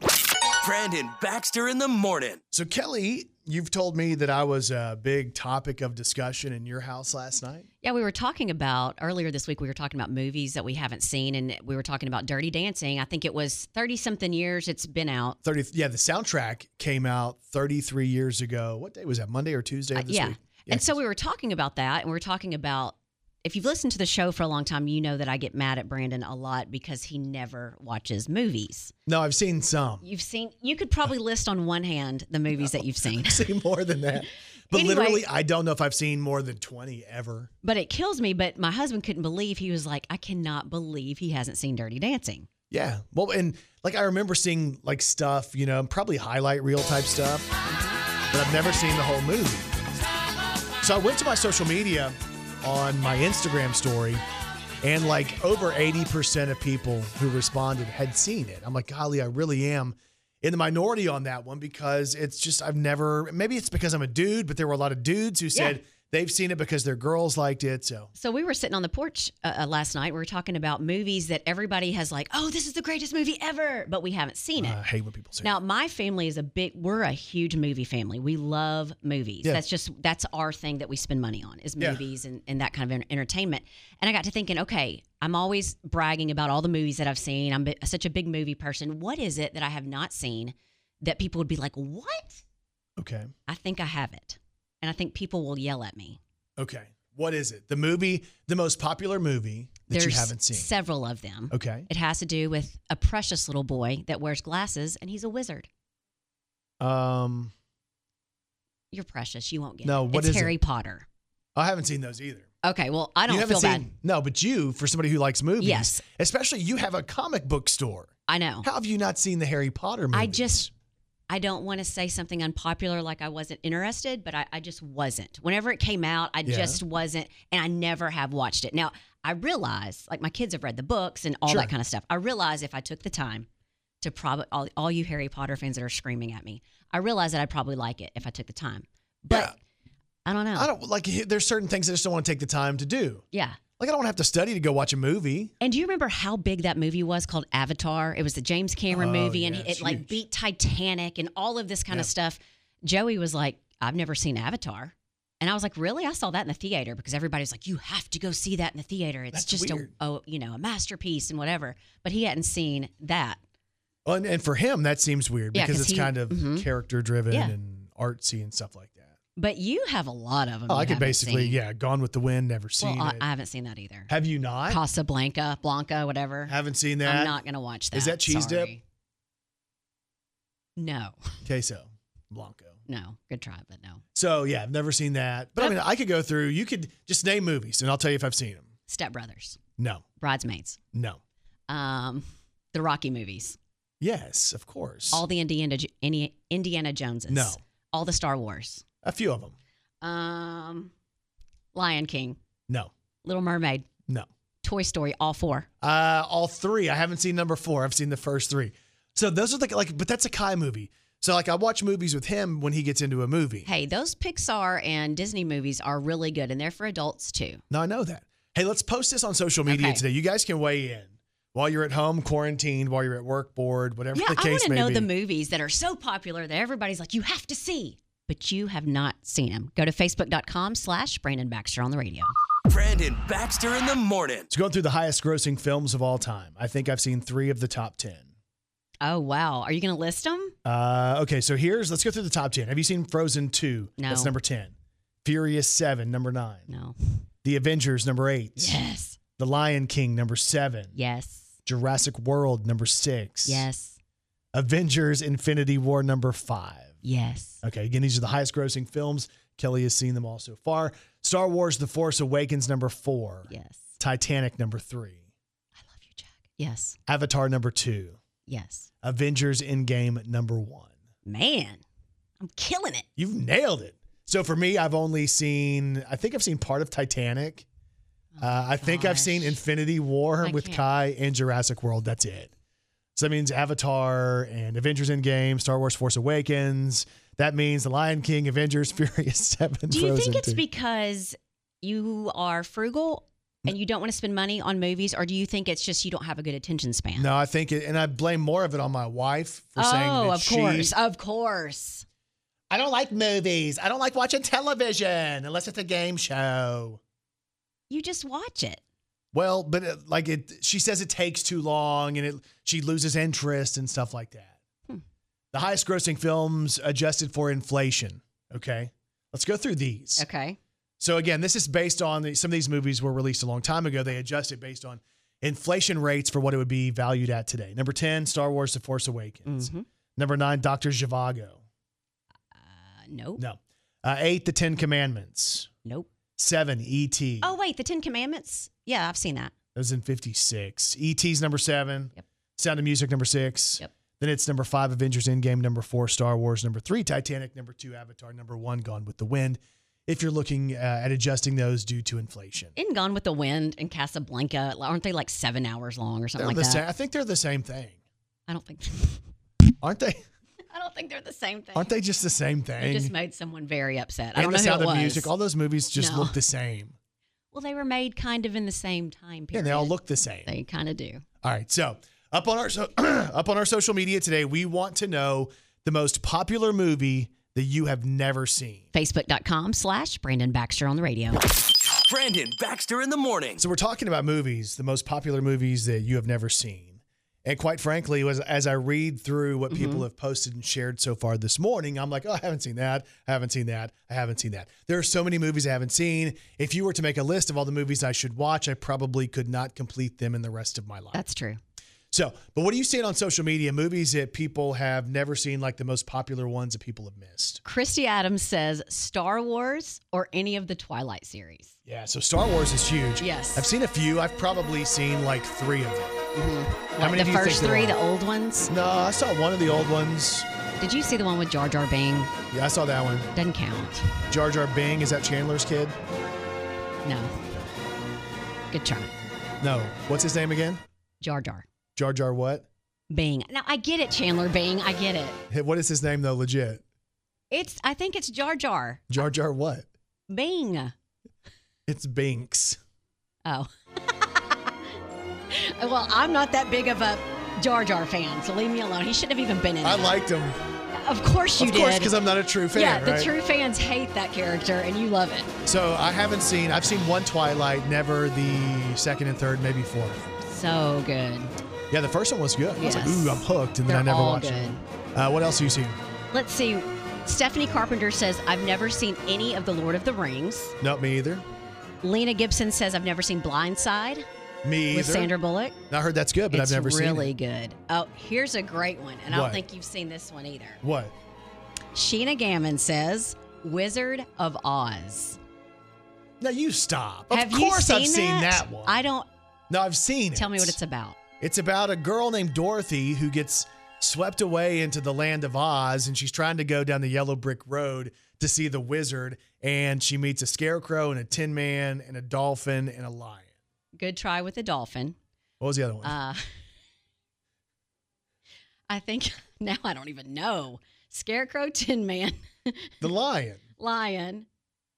Brandon Baxter in the morning. So, Kelly, you've told me that I was a big topic of discussion in your house last night. Yeah, we were talking about earlier this week, we were talking about movies that we haven't seen, and we were talking about Dirty Dancing. I think it was 30 something years it's been out. 30 yeah the soundtrack came out 33 years ago what day was that monday or tuesday of this Uh, yeah. week And so we were talking about that, and we were talking about if you've listened to the show for a long time, you know that I get mad at Brandon a lot because he never watches movies. no i've seen some You've seen, you could probably list on one hand the movies that you've seen. I've seen more than that. but Anyway. literally i don't know if i've seen more than 20 ever But it kills me. But my husband couldn't believe, he was like, I cannot believe he hasn't seen Dirty Dancing. yeah well and like i remember seeing like stuff you know probably highlight reel type stuff but i've never seen the whole movie so i went to my social media on my instagram story and like over 80% of people who responded had seen it i'm like golly i really am in the minority on that one because it's just I've never maybe it's because I'm a dude, but there were a lot of dudes who said Yeah. they've seen it because their girls liked it. So So we were sitting on the porch uh, uh, last night. We were talking about movies that everybody has like, oh, this is the greatest movie ever, but we haven't seen it. I hate when people say Now, my family is a big, we're a huge movie family. We love movies. Yeah. That's just, that's our thing that we spend money on is Yeah. movies and, and that kind of en- entertainment. And I got to thinking, okay, I'm always bragging about all the movies that I've seen. I'm bi- such a big movie person. What is it that I have not seen that people would be like, what? okay, I think I have it. And I think people will yell at me. okay, what is it? The movie, the most popular movie that There's you haven't seen. several of them. okay, It has to do with a precious little boy that wears glasses and he's a wizard. um, You're precious. You won't get No, it. what it's is it? Harry Potter. I haven't seen those either. Okay, well, I you don't haven't feel seen, bad. No, but you, for somebody who likes movies, Yes. especially you have a comic book store. I know. How have you not seen the Harry Potter movies? I just, I don't want to say something unpopular like I wasn't interested, but I, I just wasn't. Whenever it came out, I Yeah. just wasn't, and I never have watched it. Now, I realize, like, my kids have read the books and all Sure. that kind of stuff. I realize if I took the time to probably, all, all you Harry Potter fans that are screaming at me, I realize that I'd probably like it if I took the time. But I don't know. I don't like. There's certain things I just don't want to take the time to do. yeah. Like I don't have to study to go watch a movie. And do you remember how big that movie was called Avatar? It was the James Cameron Oh, movie, and yeah, it it's like huge. beat Titanic and all of this kind of Yeah. stuff. Joey was like, "I've never seen Avatar," and I was like, "Really? I saw that in the theater because everybody's like, you have to go see that in the theater. It's That's just weird. a oh, you know, a masterpiece and whatever." But he hadn't seen that. Well, And, and for him, that seems weird Yeah, because 'cause it's he- kind of mhm. character driven Yeah. and artsy and stuff like that. But you have a lot of them. Oh, you I could haven't basically, seen. yeah, Gone with the Wind, never Well, seen I, it. I haven't seen that either. Have you not? Casablanca, Blanca, whatever. Haven't seen that. I'm not gonna watch that. Is that cheese Sorry. dip? No, Queso, Blanco. no. Good try, but no. So yeah, I've never seen that. But I Yep. mean, I could go through. You could just name movies, and I'll tell you if I've seen them. Step Brothers, No, Bridesmaids. no. um, the Rocky movies, Yes, of course. all the Indiana J- Indi- Indiana Joneses, No. all the Star Wars, a few of them. um, Lion King, No, Little Mermaid, no. Toy Story, all four. Uh, all three. I haven't seen number four. I've seen the first three. So those are the like, but that's a Kai movie. So like, I watch movies with him when he gets into a movie. Hey, those Pixar and Disney movies are really good, and they're for adults too. Now I know that. Hey, let's post this on social media Okay. today. You guys can weigh in while you're at home, quarantined, while you're at work, bored, whatever yeah, the I want case to may know be. the movies that are so popular that everybody's like, you have to see, but you have not seen them. Go to facebook.com slash Brandon Baxter on the radio. Brandon Baxter in the morning. It's going through the highest grossing films of all time. I think I've seen three of the top ten. Oh, wow. Are you going to list them? Uh, okay, so here's let's go through the top ten. Have you seen Frozen Two? No. That's number ten. Furious Seven, number nine. No. The Avengers, number eight. Yes. The Lion King, number seven. Yes. Jurassic World, number six. Yes. Avengers Infinity War, number five. Yes. Okay, again, these are the highest grossing films. Kelly has seen them all so far. Star Wars The Force Awakens, number four. Yes. Titanic, number three. Yes. Avatar, number two. Yes. Avengers Endgame, number one. Man, I'm killing it. You've nailed it. So for me, I've only seen, I think I've seen part of Titanic. uh, I think I've seen Infinity War Oh I with can't- Kai and Jurassic World. That's it. So that means Avatar and Avengers Endgame, Star Wars Force Awakens. That means The Lion King, Avengers, Furious 7. Do you Frozen think it's 2. because you are frugal and you don't want to spend money on movies, or do you think it's just you don't have a good attention span? No, I think it, and I blame more of it on my wife for saying oh, that of she- course. Of course. I don't like movies. I don't like watching television unless it's a game show. You just watch it. Well, but it, like it, she says it takes too long, and it she loses interest and stuff like that. Hmm. The highest grossing films adjusted for inflation. Okay, let's go through these. Okay. So again, this is based on the, some of these movies were released a long time ago. They adjust it based on inflation rates for what it would be valued at today. Number ten, Star Wars: The Force Awakens. Mm-hmm. Number nine, Doctor Zhivago. Uh, nope. No. Uh, eight, The Ten Commandments. Nope. Seven, E E.T. Oh, wait. The Ten Commandments? Yeah, I've seen that. That was in 56. E.T.'s number seven. Sound of Music, number six. Yep. Then it's number five, Avengers Endgame, number four, Star Wars, number three, Titanic, number two, Avatar, number one, Gone with the Wind. If you're looking uh, at adjusting those due to inflation, In Gone with the Wind and Casablanca, aren't they like seven hours long or They're something like the that? same, I think they're the same thing, I don't think aren't they? I don't think they're the same thing. Aren't they just the same They thing? just made someone very upset. I and don't the know Sound who it of was. Music, all those movies just No. look the same. well, they were made kind of in the same time Yeah, period. they all look the same. They kind of do. All right, so up on our so, up on our social media today, we want to know the most popular movie that you have never seen. Facebook.com slash Brandon Baxter on the radio. Brandon Baxter in the morning. So we're talking about movies, the most popular movies that you have never seen. And quite frankly, was as I read through what Mm-hmm. people have posted and shared so far this morning, I'm like, oh, I haven't seen that. I haven't seen that. I haven't seen that. There are so many movies I haven't seen. If you were to make a list of all the movies I should watch, I probably could not complete them in the rest of my life. That's true. So, but what are you seeing on social media? Movies that people have never seen, like the most popular ones that people have missed. Christy Adams says Star Wars or any of the Twilight series. Yeah, so Star Wars is huge. Yes. Mm-hmm. I've seen a few. I've probably seen like three of them. How Like many the do you first think there three, are? the old ones. No, I saw one of the old ones. Did you see the one with Jar Jar Bing? Yeah, I saw that one. Doesn't count. Jar Jar Bing, is that Chandler's kid? No. Good try. No. What's his name again? Jar Jar. Jar Jar what? Bing. Now I get it, Chandler Bing. I get it. Hey, What is his name though, legit? It's I think it's Jar Jar. Jar Jar what? Bing. It's Binks. Oh. well, I'm not that big of a Jar Jar fan, so leave me alone. He shouldn't have even been in I it. liked him. Of course you of did. course, because I'm not a true fan. Yeah, the right? true fans hate that character and you love it. So I haven't seen. I've seen one Twilight, never the second and third, maybe fourth. So good. Yeah, the first one was good. I was Yes. like, ooh, I'm hooked, and then They're I never all watched it. good. Uh, what else have you seen? Let's see. Stephanie Carpenter says, I've never seen any of The Lord of the Rings. Not me either. Lena Gibson says, I've never seen Blindside Me with either. Sandra Bullock. I heard that's good, but It's I've never seen. really it. good. Oh, here's a great one, and I What? don't think you've seen this one either. What? Sheena Gammon says, Wizard of Oz. Now you stop. Of Have you course, I've seen seen that? that one. I don't. No, I've seen it. Tell me what it's about. It's about a girl named Dorothy who gets swept away into the land of Oz, and she's trying to go down the yellow brick road to see the wizard, and she meets a scarecrow and a tin man and a dolphin and a lion. Good try with the dolphin. What was the other one? Uh, I think now I don't even know. Scarecrow, Tin Man, The lion. Lion,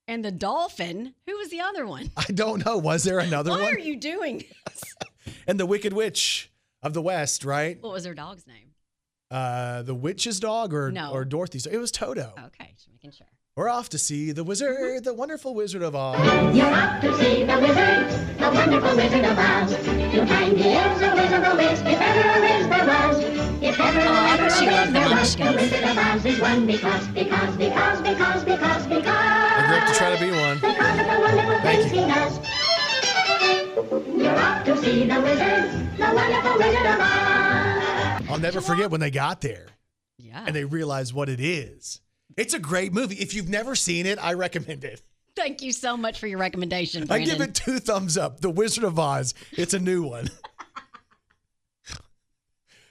and the dolphin. Who was the other one? I don't know. Was there another Why one? are you doing this? and the Wicked Witch of the West, right? What was her dog's name? Uh, the witch's dog or No. Oh. or Dorothy's? It was Toto. Okay, just making sure. We're off to see the Mm-hmm. wizard, the wonderful wizard of Oz. You're off to see the wizard, the wonderful wizard of Oz. You find he is a wizard of Oz, if ever a wizard was. If ever, Oh, ever she a loved wizard the was, the Munchkins. wizard of Oz is one because, because, because, because, because, because, I grew up to try to be one. because of the wonderful things he does. You're off to see the wizard, the wonderful wizard of Oz. I'll never forget when they got there Yeah. and they realized what it is. It's a great movie. If you've never seen it, I recommend it. Thank you so much for your recommendation, I Brandon. give it two thumbs up. The Wizard of Oz. It's a new one.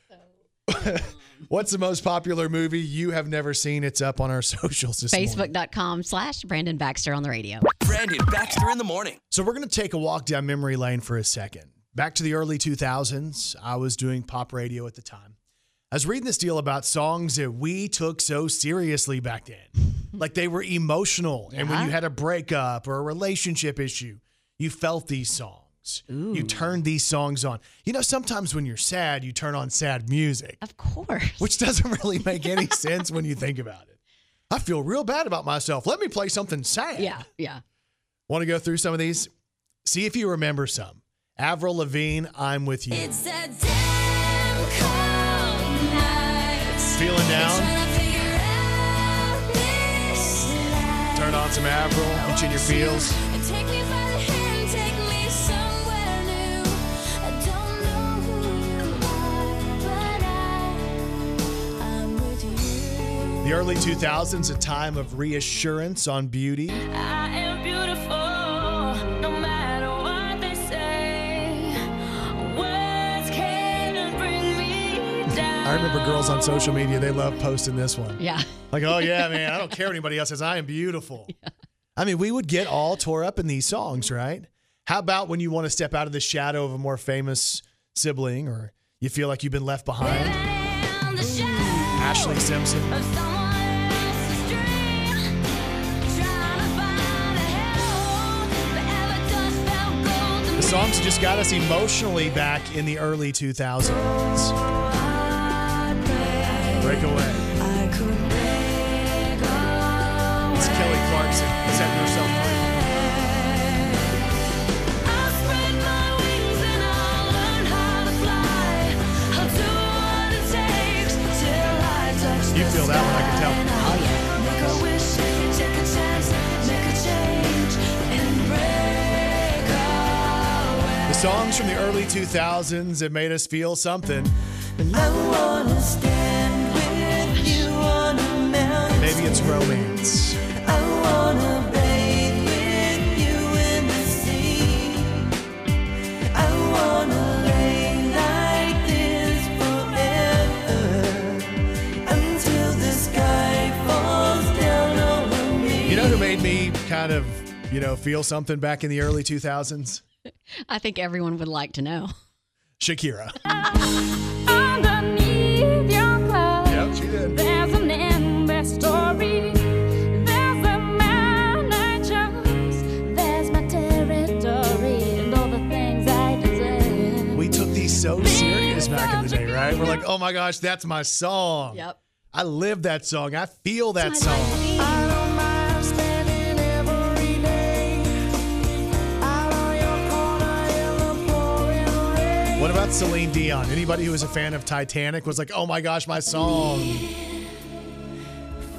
What's the most popular movie you have never seen? It's up on our socials this morning. Facebook.com slash Brandon Baxter on the radio. Brandon Baxter in the morning. So we're going to take a walk down memory lane for a second. Back to the early 2000s, I was doing pop radio at the time. I was reading this deal about songs that we took so seriously back then. Like they were emotional. And when Uh-huh. Yeah. you had a breakup or a relationship issue, you felt these songs. You turned these songs on. You know, sometimes when you're sad, you turn on sad music. Of course. Which doesn't really make any sense when you think about it. I feel real bad about myself. Let me play something sad. Yeah, yeah. Want to go through some of these? See if you remember some. Avril Lavigne, I'm with you. It's a damn cold night. Feeling down? Trying to figure out this life. Turn on some Avril, itch in your feels. Take me by the hand, take me somewhere new. I don't know who you are, but I, I'm with you. The early 2000s, a time of reassurance on beauty. I am beautiful, no matter what they say. Words can bring me down. I remember girls on social media, they love posting this one. Yeah. Like, oh yeah, man, I don't care what anybody else says. I am beautiful. I mean, we would get all tore up in these songs, right? How about when you want to step out of the shadow of a more famous sibling or you feel like you've been left behind? Ashley Simpson. The songs that just got us emotionally back in the early 2000s. Breakaway. It's Kelly Clarkson setting herself free. You feel that one, I can tell. Oh, The songs from the early 2000s that made us feel something. Maybe it's romance. You know who made me kind of, you know, feel something back in the early 2000s? I think everyone would like to know. Shakira. Yep, she did. There's an endless story. There's a man I chose. There's my territory and all the things I deserve. We took these so serious back in the day, right? We're like, oh my gosh, that's my song. Yep. I live that song. I feel that song. What about Celine Dion? Anybody who was a fan of Titanic was like, oh my gosh, my song. You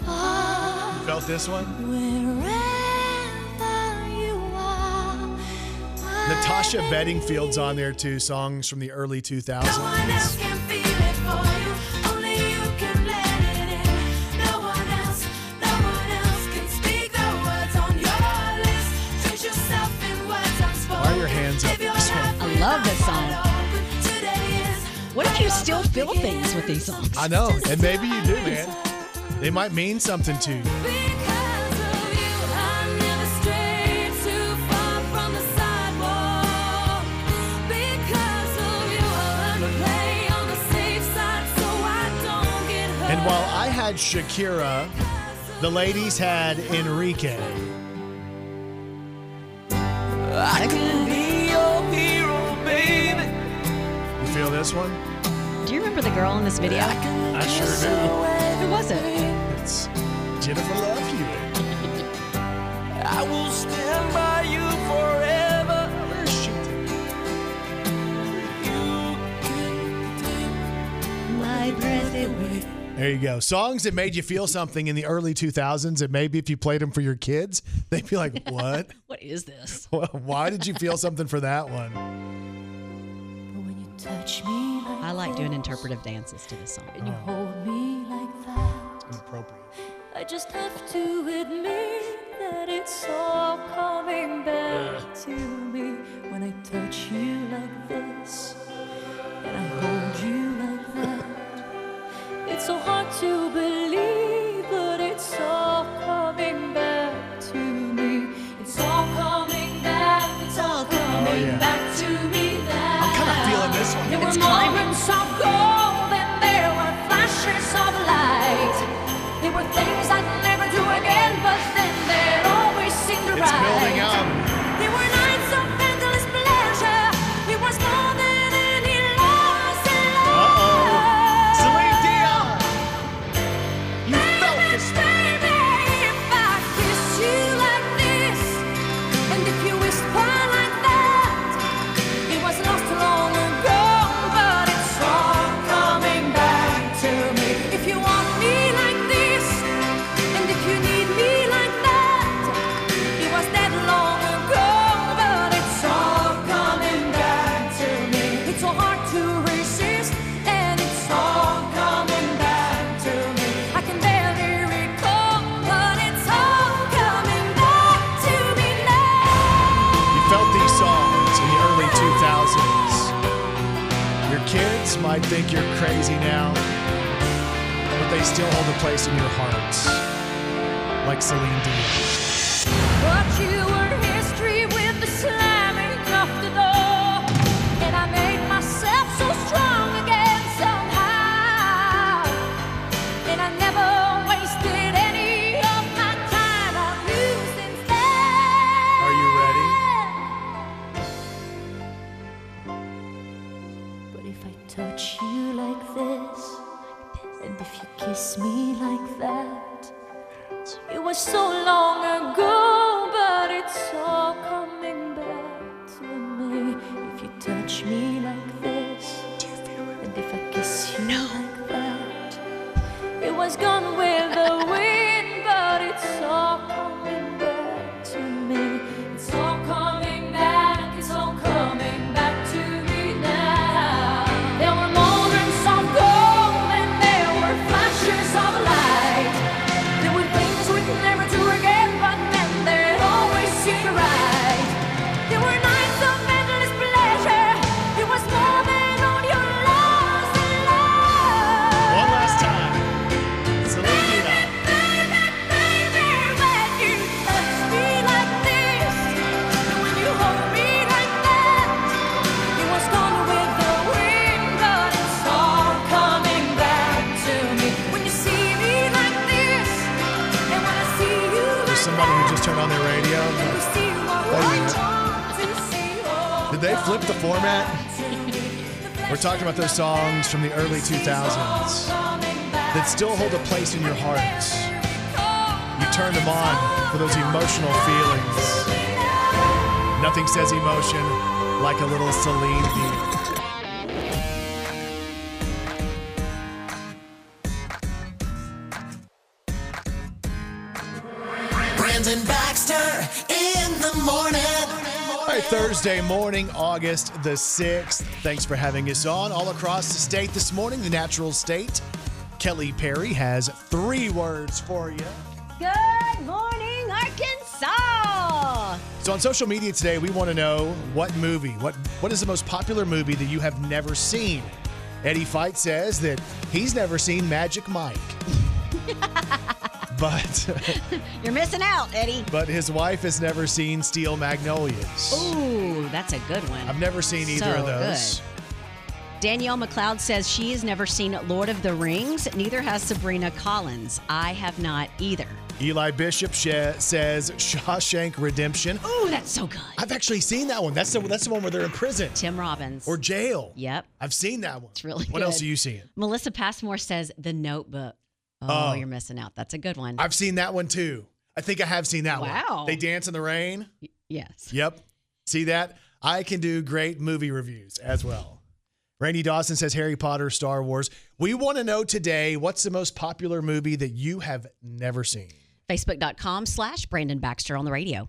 felt this one? Natasha Bedingfield's on there too, songs from the early 2000s. Why are your hands up? I love this song. What if you still feel things with these songs? I know, and maybe you do, man. They might mean something to you. had Shakira. The ladies had Enrique. I can be your hero, baby. You feel this one? Do you remember the girl in this video? I sure do. Who was it? It's Jennifer Love Hewitt. I will stand by you forever. My breath away. There you go. Songs that made you feel something in the early 2000s, and maybe if you played them for your kids, they'd be like, "What? What is this? Why did you feel something for that one?" I like doing interpretive dances to this song. you hold me like that. Inappropriate. I just have to admit that it's all coming back to me when I touch you like this and I hold you like that. It's so hard to believe, but it's all coming back to me. It's all coming back. It's all coming Oh, yeah. back to me. Now. I'm kind of feeling this one. There were moments of gold and there were flashes of light. There were things I'd never do again, but then there always seemed right. It's building up. There were nights of endless pleasure. It was more than any loss in love. Celine Dion. You focus, baby. If I kiss you like this, and if you whisper like that. It was lost long ago, but it's all coming back to me. If you want me like this, and if you need me like that, it was that long ago, but it's all coming back to me. It's so hard to resist, and it's all coming back to me. I can barely recall, but it's all coming back to me now. You felt these songs in the early 2000s. Your kids might think you're crazy now, but they still hold a place in your hearts, like Celine Dion. But you were history with the slamming of the door, and I made myself so strong again somehow. And I never wasted any of my time on news instead. Are you ready? But if I touch you like this, and if you kiss me like that, it was so long ago, but it's all coming back to me. If you touch me like this, and if I kiss you like that, it was gone with the wind, but it's all coming back to me. It's all coming back, it's all coming back to me now. There were moments of gold, and there were flashes of light. There were things we could never do again, but then there always seemed right. There were nights of endless pleasure. It was more than all your loves and love. One last time. Celine Dion. There's somebody who just turned on their radio. Did they flip the format? We're talking about those songs from the early 2000s that still hold a place in your heart. You turn them on for those emotional feelings. Nothing says emotion like a little Celine Dion. Brandon Baxter in the morning. All right, Thursday morning, August the 6th. Thanks for having us on. All across the state this morning, the natural state. Kelly Perry has three words for you. Good morning, Arkansas. So on social media today, we want to know what movie, what what is the most popular movie that you have never seen? Eddie Fight says that he's never seen Magic Mike. but You're missing out, Eddie. but his wife has never seen Steel Magnolias. Ooh, that's a good one. I've never seen either So of those. Danielle McLeod says she has never seen Lord of the Rings. Neither has Sabrina Collins. I have not either. Eli Bishop sha- says Shawshank Redemption. Oh, that's so good. I've actually seen that one. That's the that's the one where they're in prison Tim Robbins. or jail. Yep. I've seen that one. It's really What good. else are you seeing? Melissa Passmore says The Notebook. Oh, Oh. you're missing out. That's a good one. I've seen that one too. I think I have seen that one. Wow. They dance in the rain. yes. Yep. See that? I can do great movie reviews as well. Randy Dawson says Harry Potter, Star Wars. We want to know today what's the most popular movie that you have never seen? Facebook.com slash Brandon Baxter on the radio.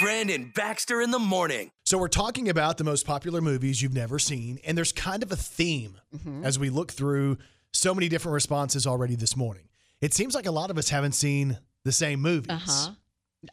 Brandon Baxter in the morning. So we're talking about the most popular movies you've never seen, and there's kind of a theme Mm-hmm. as we look through so many different responses already this morning. It seems like a lot of us haven't seen the same movies. Uh-huh.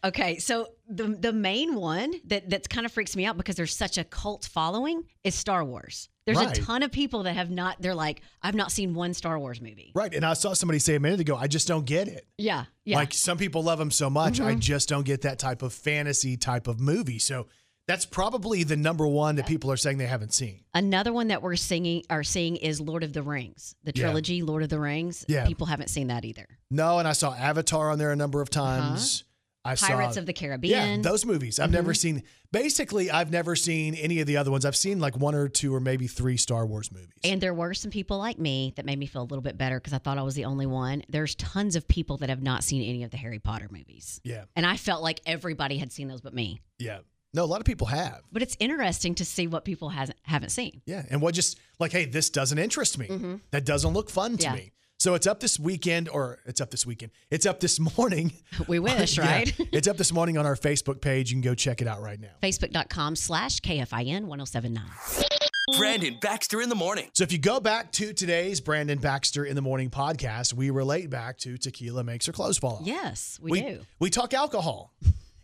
Okay, so the the main one that that's kind of freaks me out because there's such a cult following is Star Wars. There's Right. a ton of people that have not. They're like, I've not seen one Star Wars movie. Right. And I saw somebody say a minute ago, I just don't get it. Yeah, yeah. Mm-hmm. Like some people love them so much, I just don't get that type of fantasy type of movie. So that's probably the number one that people are saying they haven't seen. Another one that we're singing are seeing is Lord of the Rings, the Yeah. trilogy Lord of the Rings. Yeah. people haven't seen that either. No, and I saw Avatar on there a number of times. I saw Uh-huh. Pirates of the Caribbean. Mm-hmm. Yeah, those movies. I've never seen. Basically, I've never seen any of the other ones. I've seen like one or two or maybe three Star Wars movies. And there were some people like me that made me feel a little bit better because I thought I was the only one. There's tons of people that have not seen any of the Harry Potter movies. Yeah. And I felt like everybody had seen those but me. Yeah. No, a lot of people have. But it's interesting to see what people hasn't haven't seen. Yeah. And what just like, hey, this doesn't interest me. Mhm. That doesn't look fun to Yeah. me. So it's up this weekend, or it's up this weekend. It's up this morning. We wish, Yeah. right? it's up this morning on our Facebook page. You can go check it out right now. Facebook.com slash KFIN 1079. Brandon Baxter in the morning. So if you go back to today's Brandon Baxter in the Morning podcast, we relate back to tequila makes her clothes fall off. Yes, we, do. We talk alcohol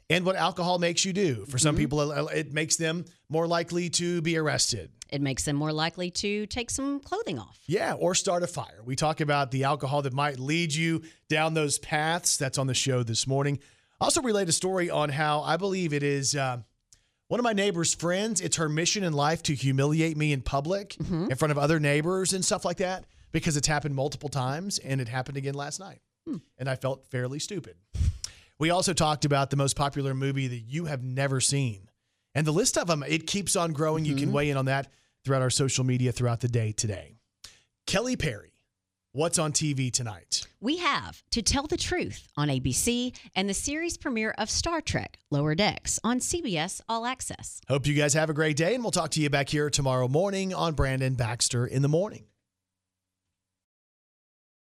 and what alcohol makes you do. For Mm-hmm. some people, it- it makes them more likely to be arrested. It makes them more likely to take some clothing off. Yeah, or start a fire. We talk about the alcohol that might lead you down those paths. That's on the show this morning. Also, relate a story on how I believe it is uh, one of my neighbor's friends. It's her mission in life to humiliate me in public in front of other neighbors and stuff like that because it's happened multiple times and it happened again last night. And I felt fairly stupid. We also talked about the most popular movie that you have never seen. And the list of them, it keeps on growing. You can weigh in on that throughout our social media throughout the day today. Kelly Perry, what's on TV tonight? We have To Tell the Truth on ABC and the series premiere of Star Trek Lower Decks on CBS All Access. Hope you guys have a great day, and we'll talk to you back here tomorrow morning on Brandon Baxter in the morning.